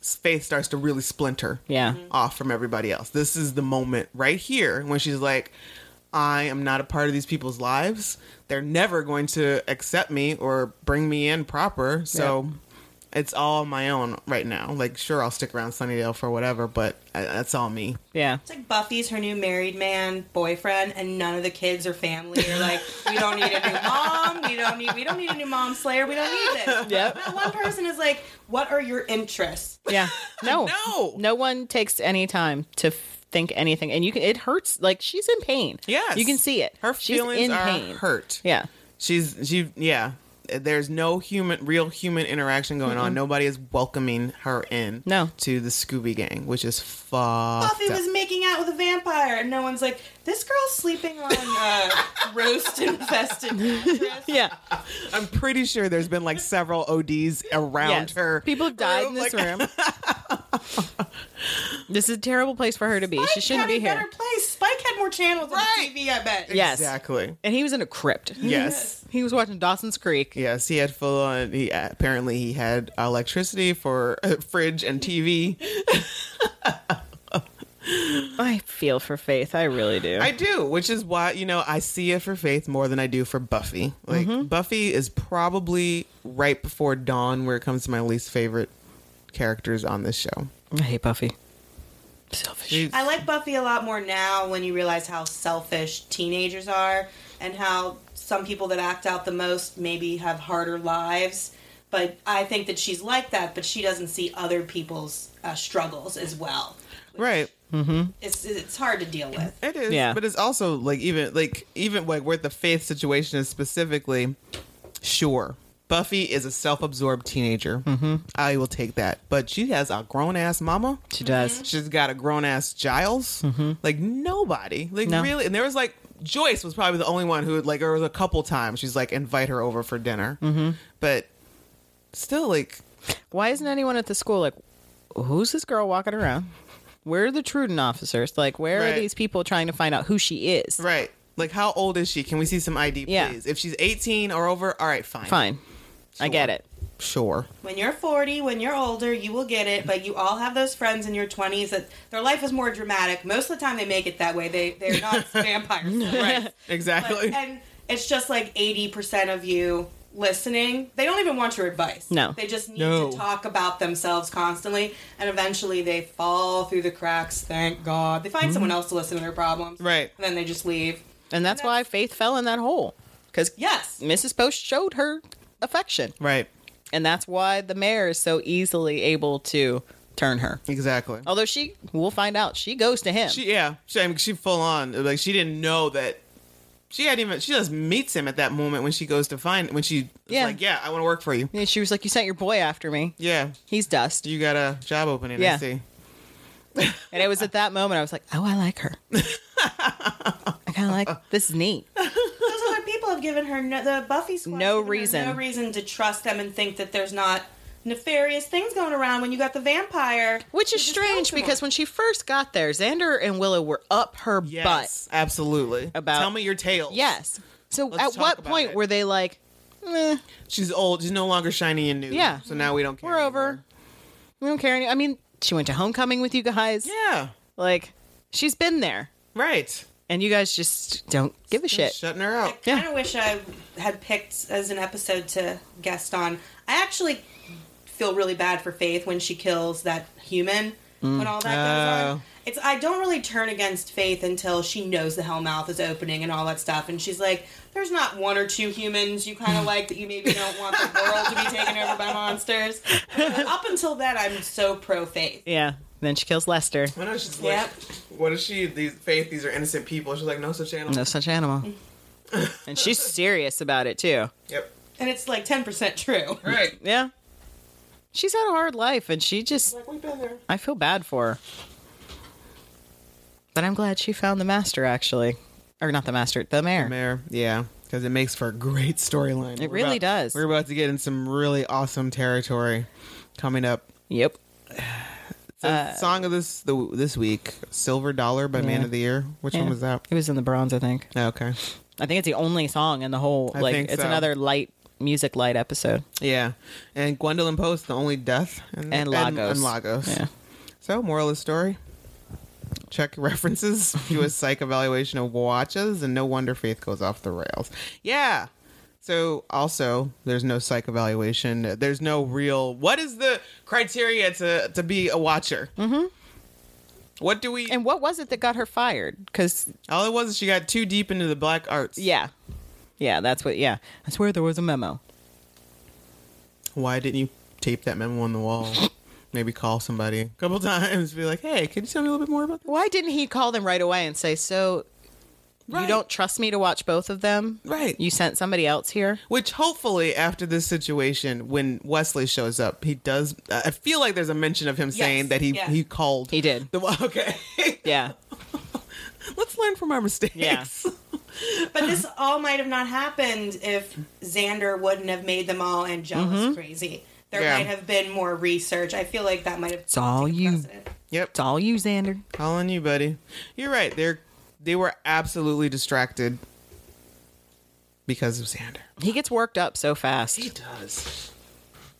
S3: Faith starts to really splinter
S4: yeah,
S3: off from everybody else. This is the moment right here when she's like, I am not a part of these people's lives. They're never going to accept me or bring me in proper. So it's all my own right now. Like, sure, I'll stick around Sunnydale for whatever, but I, that's all me.
S4: yeah.
S5: It's like Buffy's her new married man boyfriend, and none of the kids or family are like, we don't need a new mom. We don't need. We don't need a new mom slayer. We don't need this.
S4: Yep.
S5: Not one person is like, what are your interests?
S4: Yeah. No.
S3: No.
S4: No one takes any time to f- think anything. And you can it hurts like she's in pain.
S3: Yes.
S4: You can see it.
S3: Her
S4: she's
S3: feelings
S4: in
S3: are
S4: pain.
S3: hurt.
S4: Yeah.
S3: She's, she, yeah. There's no human, real human interaction going on. Nobody is welcoming her in
S4: No.
S3: to the Scooby Gang, which is fucked
S5: Buffy
S3: up.
S5: was making out with a vampire, and no one's like, this girl's sleeping on uh, roast infested mattress.
S4: Yeah.
S3: I'm pretty sure there's been like several ODs around
S4: Yes.
S3: her.
S4: People have died in this
S3: Like-
S4: room. this is a terrible place for her to be. she shouldn't
S5: had
S4: be
S5: a
S4: here.
S5: Better place. Spike had more channels
S3: Right.
S5: on TV. I bet.
S4: Yes.
S3: Exactly.
S4: And he was in a crypt.
S3: Yes.
S4: He was watching Dawson's Creek.
S3: Yes, he had full on. He apparently he had electricity for a fridge and TV.
S4: I feel for Faith. I really do.
S3: I do, which is why you know I see it for Faith more than I do for Buffy. Like Buffy is probably right before dawn where it comes to my least favorite characters on this show.
S4: I hate Buffy. Selfish.
S5: I like Buffy a lot more now when you realize how selfish teenagers are and how some people that act out the most maybe have harder lives. But I think that she's like that, but she doesn't see other people's uh, struggles as well.
S3: Right.
S5: It's it's hard to deal with.
S3: It is,
S4: Yeah.
S3: but it's also like even like even like where the faith situation is specifically. Sure, Buffy is a self-absorbed teenager. Mm-hmm. I will take that, but she has a grown-ass mama.
S4: She does.
S3: Mm-hmm. She's got a grown-ass Giles. Like nobody, like
S4: Mm-hmm. No.
S3: really. And there was like Joyce was probably the only one who like. There was a couple times she's like invite her over for dinner,
S4: Mm-hmm.
S3: but still like
S4: Why isn't anyone at the school like, who's this girl walking around? Where are the Truden officers? Like, where
S3: Right.
S4: are these people trying to find out who she is?
S3: right. Like how old is she? Can we see some ID,
S4: Yeah.
S3: please? If she's eighteen or over, all right, fine,
S4: Fine. I get it.
S3: sure.
S5: When you're 40, when you're older, you will get it, but you all have those friends in your 20s that their life is more dramatic. Most of the time, they make it that way. They, they're not vampires. right.
S3: Exactly.
S5: and it's just like 80% of you listening. They don't even want your advice.
S4: No.
S5: They just need
S3: No.
S5: to talk about themselves constantly, and eventually they fall through the cracks, thank God. They find
S4: Mm-hmm.
S5: someone else to listen to their problems.
S3: Right.
S5: And then they just leave.
S4: And that's why Faith fell in that hole because
S5: Yes.
S4: Mrs. Post showed her affection.
S3: right.
S4: And that's why the mayor is so easily able to turn her.
S3: Exactly.
S4: Although she, we'll find out, she goes to him.
S3: She yeah. She I mean, she full on like she didn't know that. She hadn't even. She just meets him at that moment when she goes to find when she. Yeah.
S4: Yeah.
S3: Like yeah, I want to work for you.
S4: and she was like, You sent your boy after me.
S3: Yeah.
S4: He's dust.
S3: You got a job opening. I
S4: Yeah.
S3: see.
S4: And it was at that moment I was like, Oh, I like her. I kind of like this is neat.
S5: Those other people have given her no, the Buffy squad.
S4: No
S5: has given her
S4: reason.
S5: No reason to trust them and think that there's not nefarious things going around when you got the vampire.
S4: Which is
S5: You just killed
S4: strange
S5: someone.
S4: because when she first got there, Xander and Willow were up her butt.
S3: Yes, absolutely.
S4: About-
S3: tell me your tales.
S4: Yes. So
S3: Let's
S4: at
S3: talk
S4: what
S3: about
S4: point
S3: it.
S4: were they like, eh,
S3: she's old. She's no longer shiny and new.
S4: Yeah.
S3: so now we don't care.
S4: We're over.
S3: anymore.
S4: We don't care any. I mean, she went to homecoming with you guys.
S3: Yeah,
S4: Like, she's been there.
S3: right.
S4: And you guys just don't give a shit.
S3: Shutting her out.
S4: Yeah.
S5: I kind of wish I had picked as an episode to guest on. I actually feel really bad for Faith when she kills that human when all that goes
S3: Oh.
S5: on. It's I don't really turn against Faith until she knows the Hellmouth is opening and all that stuff, and she's like, "There's not one or two humans you kind of like that you maybe don't want the world to be taken over by monsters." Up until then, I'm so pro Faith.
S4: Yeah. And then she kills Lester.
S3: I know she's
S5: Yep.
S3: what is she? These faith. These are innocent people. She's like no such animal.
S4: No such animal. and she's serious about it too.
S3: Yep.
S5: And it's like ten percent true.
S3: Right.
S4: Yeah. She's had a hard life and she just
S3: Like we've been there.
S4: I feel bad for her. But I'm glad she found the master actually. Or not the master, the mayor.
S3: Mayor. Yeah, because it makes for a great storyline.
S4: It
S3: We're
S4: really
S3: about-
S4: does.
S3: We're about to get in some really awesome territory coming up.
S4: Yep.
S3: So
S4: Uh,
S3: song of this the this week, "Silver Dollar" by Man of the Year. Which one was that?
S4: It was in the bronze, I think.
S3: Oh, okay.
S4: I think it's the only song in the whole
S3: I
S4: like
S3: think
S4: it's
S3: so.
S4: another light music light episode.
S3: Yeah, and Gwendolyn Post, the only death, in-
S4: And Lagos.
S3: and Lagos.
S4: Yeah.
S3: So, moral of the story: check your references, do a psych evaluation of watches, and no wonder Faith goes off the rails. Yeah. So, also, there's no psych evaluation. There's no real. What is the criteria to to be a watcher? Mm-hmm. What do we?
S4: And what was it that got her fired? Because
S3: all it was is she got too deep into the black arts.
S4: yeah, yeah, that's what. Yeah, I swear there was a memo.
S3: Why didn't you tape that memo on the wall? Maybe call somebody a couple times. Be like, hey, can you tell me a little bit more about that?
S4: Why didn't he call them right away and say, "So
S3: Right.
S4: you don't trust me to watch both of them?
S3: Right.
S4: You sent somebody else here."
S3: Which hopefully, after this situation, when Wesley shows up, he does. I feel like there's a mention of him saying that he
S5: yeah.
S3: he called.
S4: He did.
S3: The, okay.
S4: Yeah,
S3: Let's learn from our mistakes.
S4: Yeah.
S5: But this all might have not happened if Xander wouldn't have made them all Angela's
S4: Mm-hmm.
S5: crazy. There
S3: Yeah.
S5: might have been more research. I feel like that might have.
S4: it's all you.
S5: precedent.
S3: Yep.
S4: It's all you, Xander.
S3: Calling you, buddy. You're right. They're they were absolutely distracted because of Xander.
S4: He gets worked up so fast,
S3: does.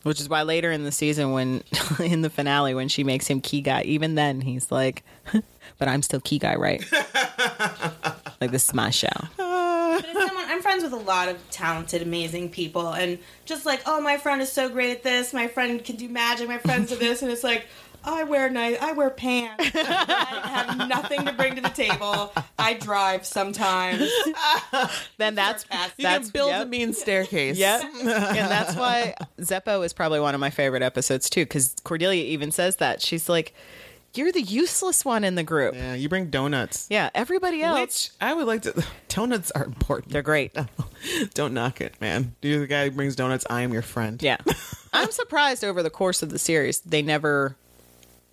S4: which is why later in the season, when in the finale, when she makes him key guy, even then he's like, "But I'm still key guy, right?" like this is my show.
S5: But as someone, I'm friends with a lot of talented, amazing people, and just like, oh, my friend is so great at this. My friend can do magic. My friend's do this, and it's like. I wear nice. I wear pants. I have nothing to bring to the table. I drive sometimes.
S4: Then that's
S5: Sarcastic.
S3: You
S4: that's
S3: can build
S4: yep.
S3: a mean staircase.
S4: Yep. and that's why Zeppo is probably one of my favorite episodes too, because Cordelia even says that. She's like, You're the useless one in the group. Yeah,
S3: Yeah. You bring donuts.
S4: everybody else.
S3: Which I would like to. Donuts are important.
S4: they're great.
S3: Don't knock it, man. You're the guy who brings donuts. I am your friend.
S4: Yeah. I'm surprised over the course of the series, they never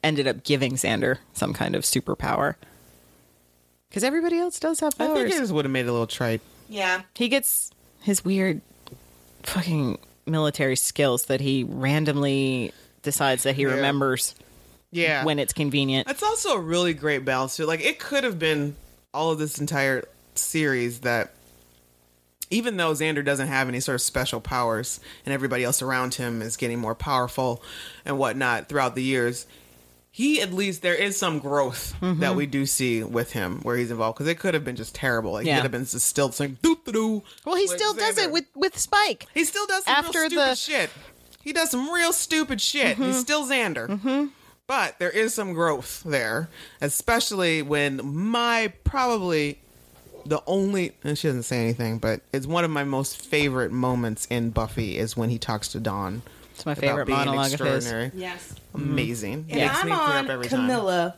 S4: ended up giving Xander some kind of superpower. because everybody else does have
S3: I
S4: powers.
S3: think it just would have made it a little trite.
S5: Yeah.
S4: he gets his weird fucking military skills that he randomly decides that he remembers
S3: Yeah.
S4: when it's convenient.
S3: That's also a really great balance too. Like it could have been all of this entire series that even though Xander doesn't have any sort of special powers and everybody else around him is getting more powerful and whatnot throughout the years, he at least there is some growth
S4: Mm-hmm.
S3: that we do see with him where he's involved because it could have been just terrible. Like he
S4: Yeah.
S3: could have been just still saying doo doo doo.
S4: Well, he
S3: Like
S4: still does
S3: Xander.
S4: it with with Spike.
S3: He still does some
S4: After
S3: real stupid
S4: the- Mm-hmm.
S3: shit. He does some real stupid shit. He's still Xander. But there is some growth there, especially when my probably the only and she doesn't say anything, but it's one of my most favorite moments in Buffy is when he talks to Dawn.
S4: It's my favorite monologue of his. Mm.
S5: Yes.
S3: amazing.
S5: And
S3: Makes
S5: I'm
S3: me tear
S5: on
S3: up every time.
S5: Camilla,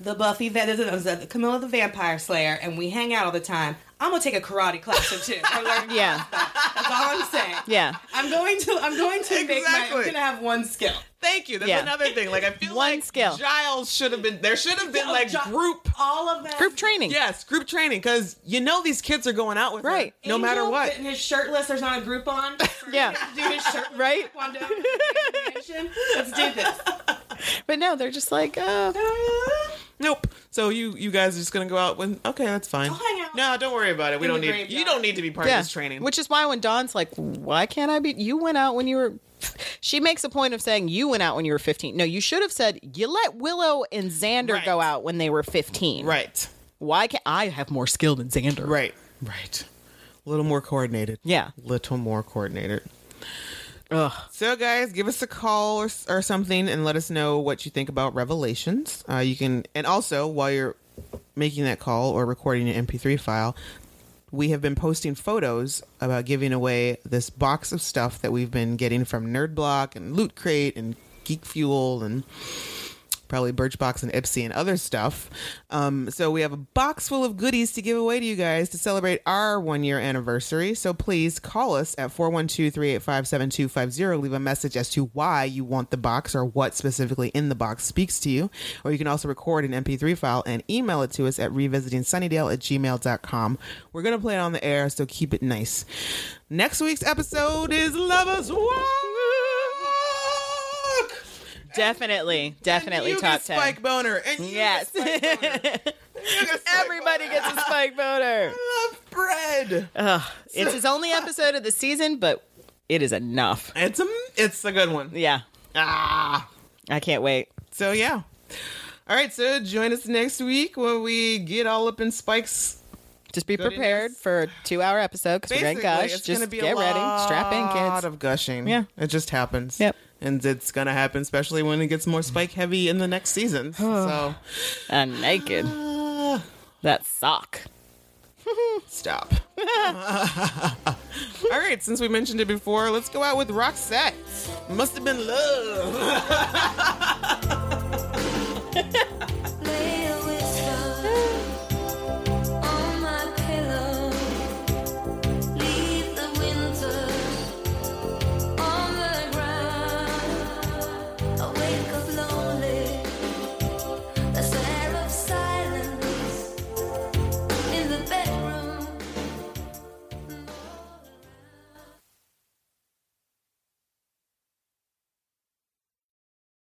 S5: the Buffy, va- this is- uh, Camilla the Vampire Slayer, and we hang out all the time. I'm gonna take a karate class or two. I'm learning-
S4: Yeah,
S5: That's all I'm saying.
S4: yeah.
S5: I'm going to. I'm going to make my. I'm
S3: Exactly.
S5: gonna have one skill.
S3: Thank you. That's
S4: Yeah.
S3: another thing. Like I feel
S4: One
S3: like
S4: skill.
S3: Giles should have been. There should have been
S5: Oh,
S3: like
S5: Gi-
S3: group
S5: All of them.
S4: Group training.
S3: Yes, group training because you know these kids are going out with her,
S4: Right.
S3: no matter
S5: Angel
S3: what.
S5: In his shirtless, there's not a group on.
S4: Yeah.
S5: Do his shirt.
S4: Right?
S5: Taekwondo, animation. Let's do this.
S4: But no, they're just like, oh,
S3: Nope. So you you guys are just gonna go out when? Okay, that's fine.
S5: hang out.
S3: No, don't worry about it. We
S5: In
S3: don't
S5: the
S3: need
S5: graveyard.
S3: you. Don't need to be part
S4: yeah.
S3: of this training.
S4: Which is why when Dawn's like, why can't I be? You went out when you were. She makes a point of saying you went out when you were 15. No, you should have said you let Willow and Xander
S3: Right.
S4: go out when they were 15.
S3: right,
S4: Why can't I have more skill than Xander?
S3: right, right. A little more coordinated.
S4: Yeah.
S3: Little more coordinated.
S4: Ugh.
S3: So, guys, give us a call or, or something and let us know what you think about Revelations. Uh, you can, and also while you're making that call or recording an MP3 file, we have been posting photos about giving away this box of stuff that we've been getting from Nerd Block and Loot Crate and Geek Fuel and probably Birchbox and Ipsy and other stuff. Um, so we have a box full of goodies to give away to you guys to celebrate our one year anniversary. So please call us at 412 385 7250. Leave a message as to why you want the box or what specifically in the box speaks to you. Or you can also record an MP3 file and email it to us at revisitingsunnydale at gmail.com. We're going to play it on the air, so keep it nice. Next week's episode is Lovers Walk!
S4: Definitely, definitely
S3: you
S4: top
S3: get
S4: 10.
S3: Spike boner. And you
S4: yes.
S3: get Spike boner. You get Spike
S4: Everybody
S3: boner.
S4: gets a spike boner.
S3: I love bread.
S4: It's his only episode of the season, but it is enough.
S3: It's a it's a good one.
S4: Yeah.
S3: Ah.
S4: I can't wait.
S3: So yeah. All right. So join us next week when we get all up in Spike's.
S4: Just be
S3: Goodness.
S4: prepared for a two hour episode because we're going to
S3: Basically,
S4: gush.
S3: it's
S4: Just
S3: gonna be
S4: get
S3: a
S4: ready. Strap in,
S3: lot
S4: kids.
S3: of gushing.
S4: Yeah.
S3: it just happens.
S4: Yep.
S3: And it's gonna happen, especially when it gets more Spike heavy in the next season. so uh,
S4: I'm naked. That sock.
S3: stop. all right. Since we mentioned it before, let's go out with Roxette. Must have been love.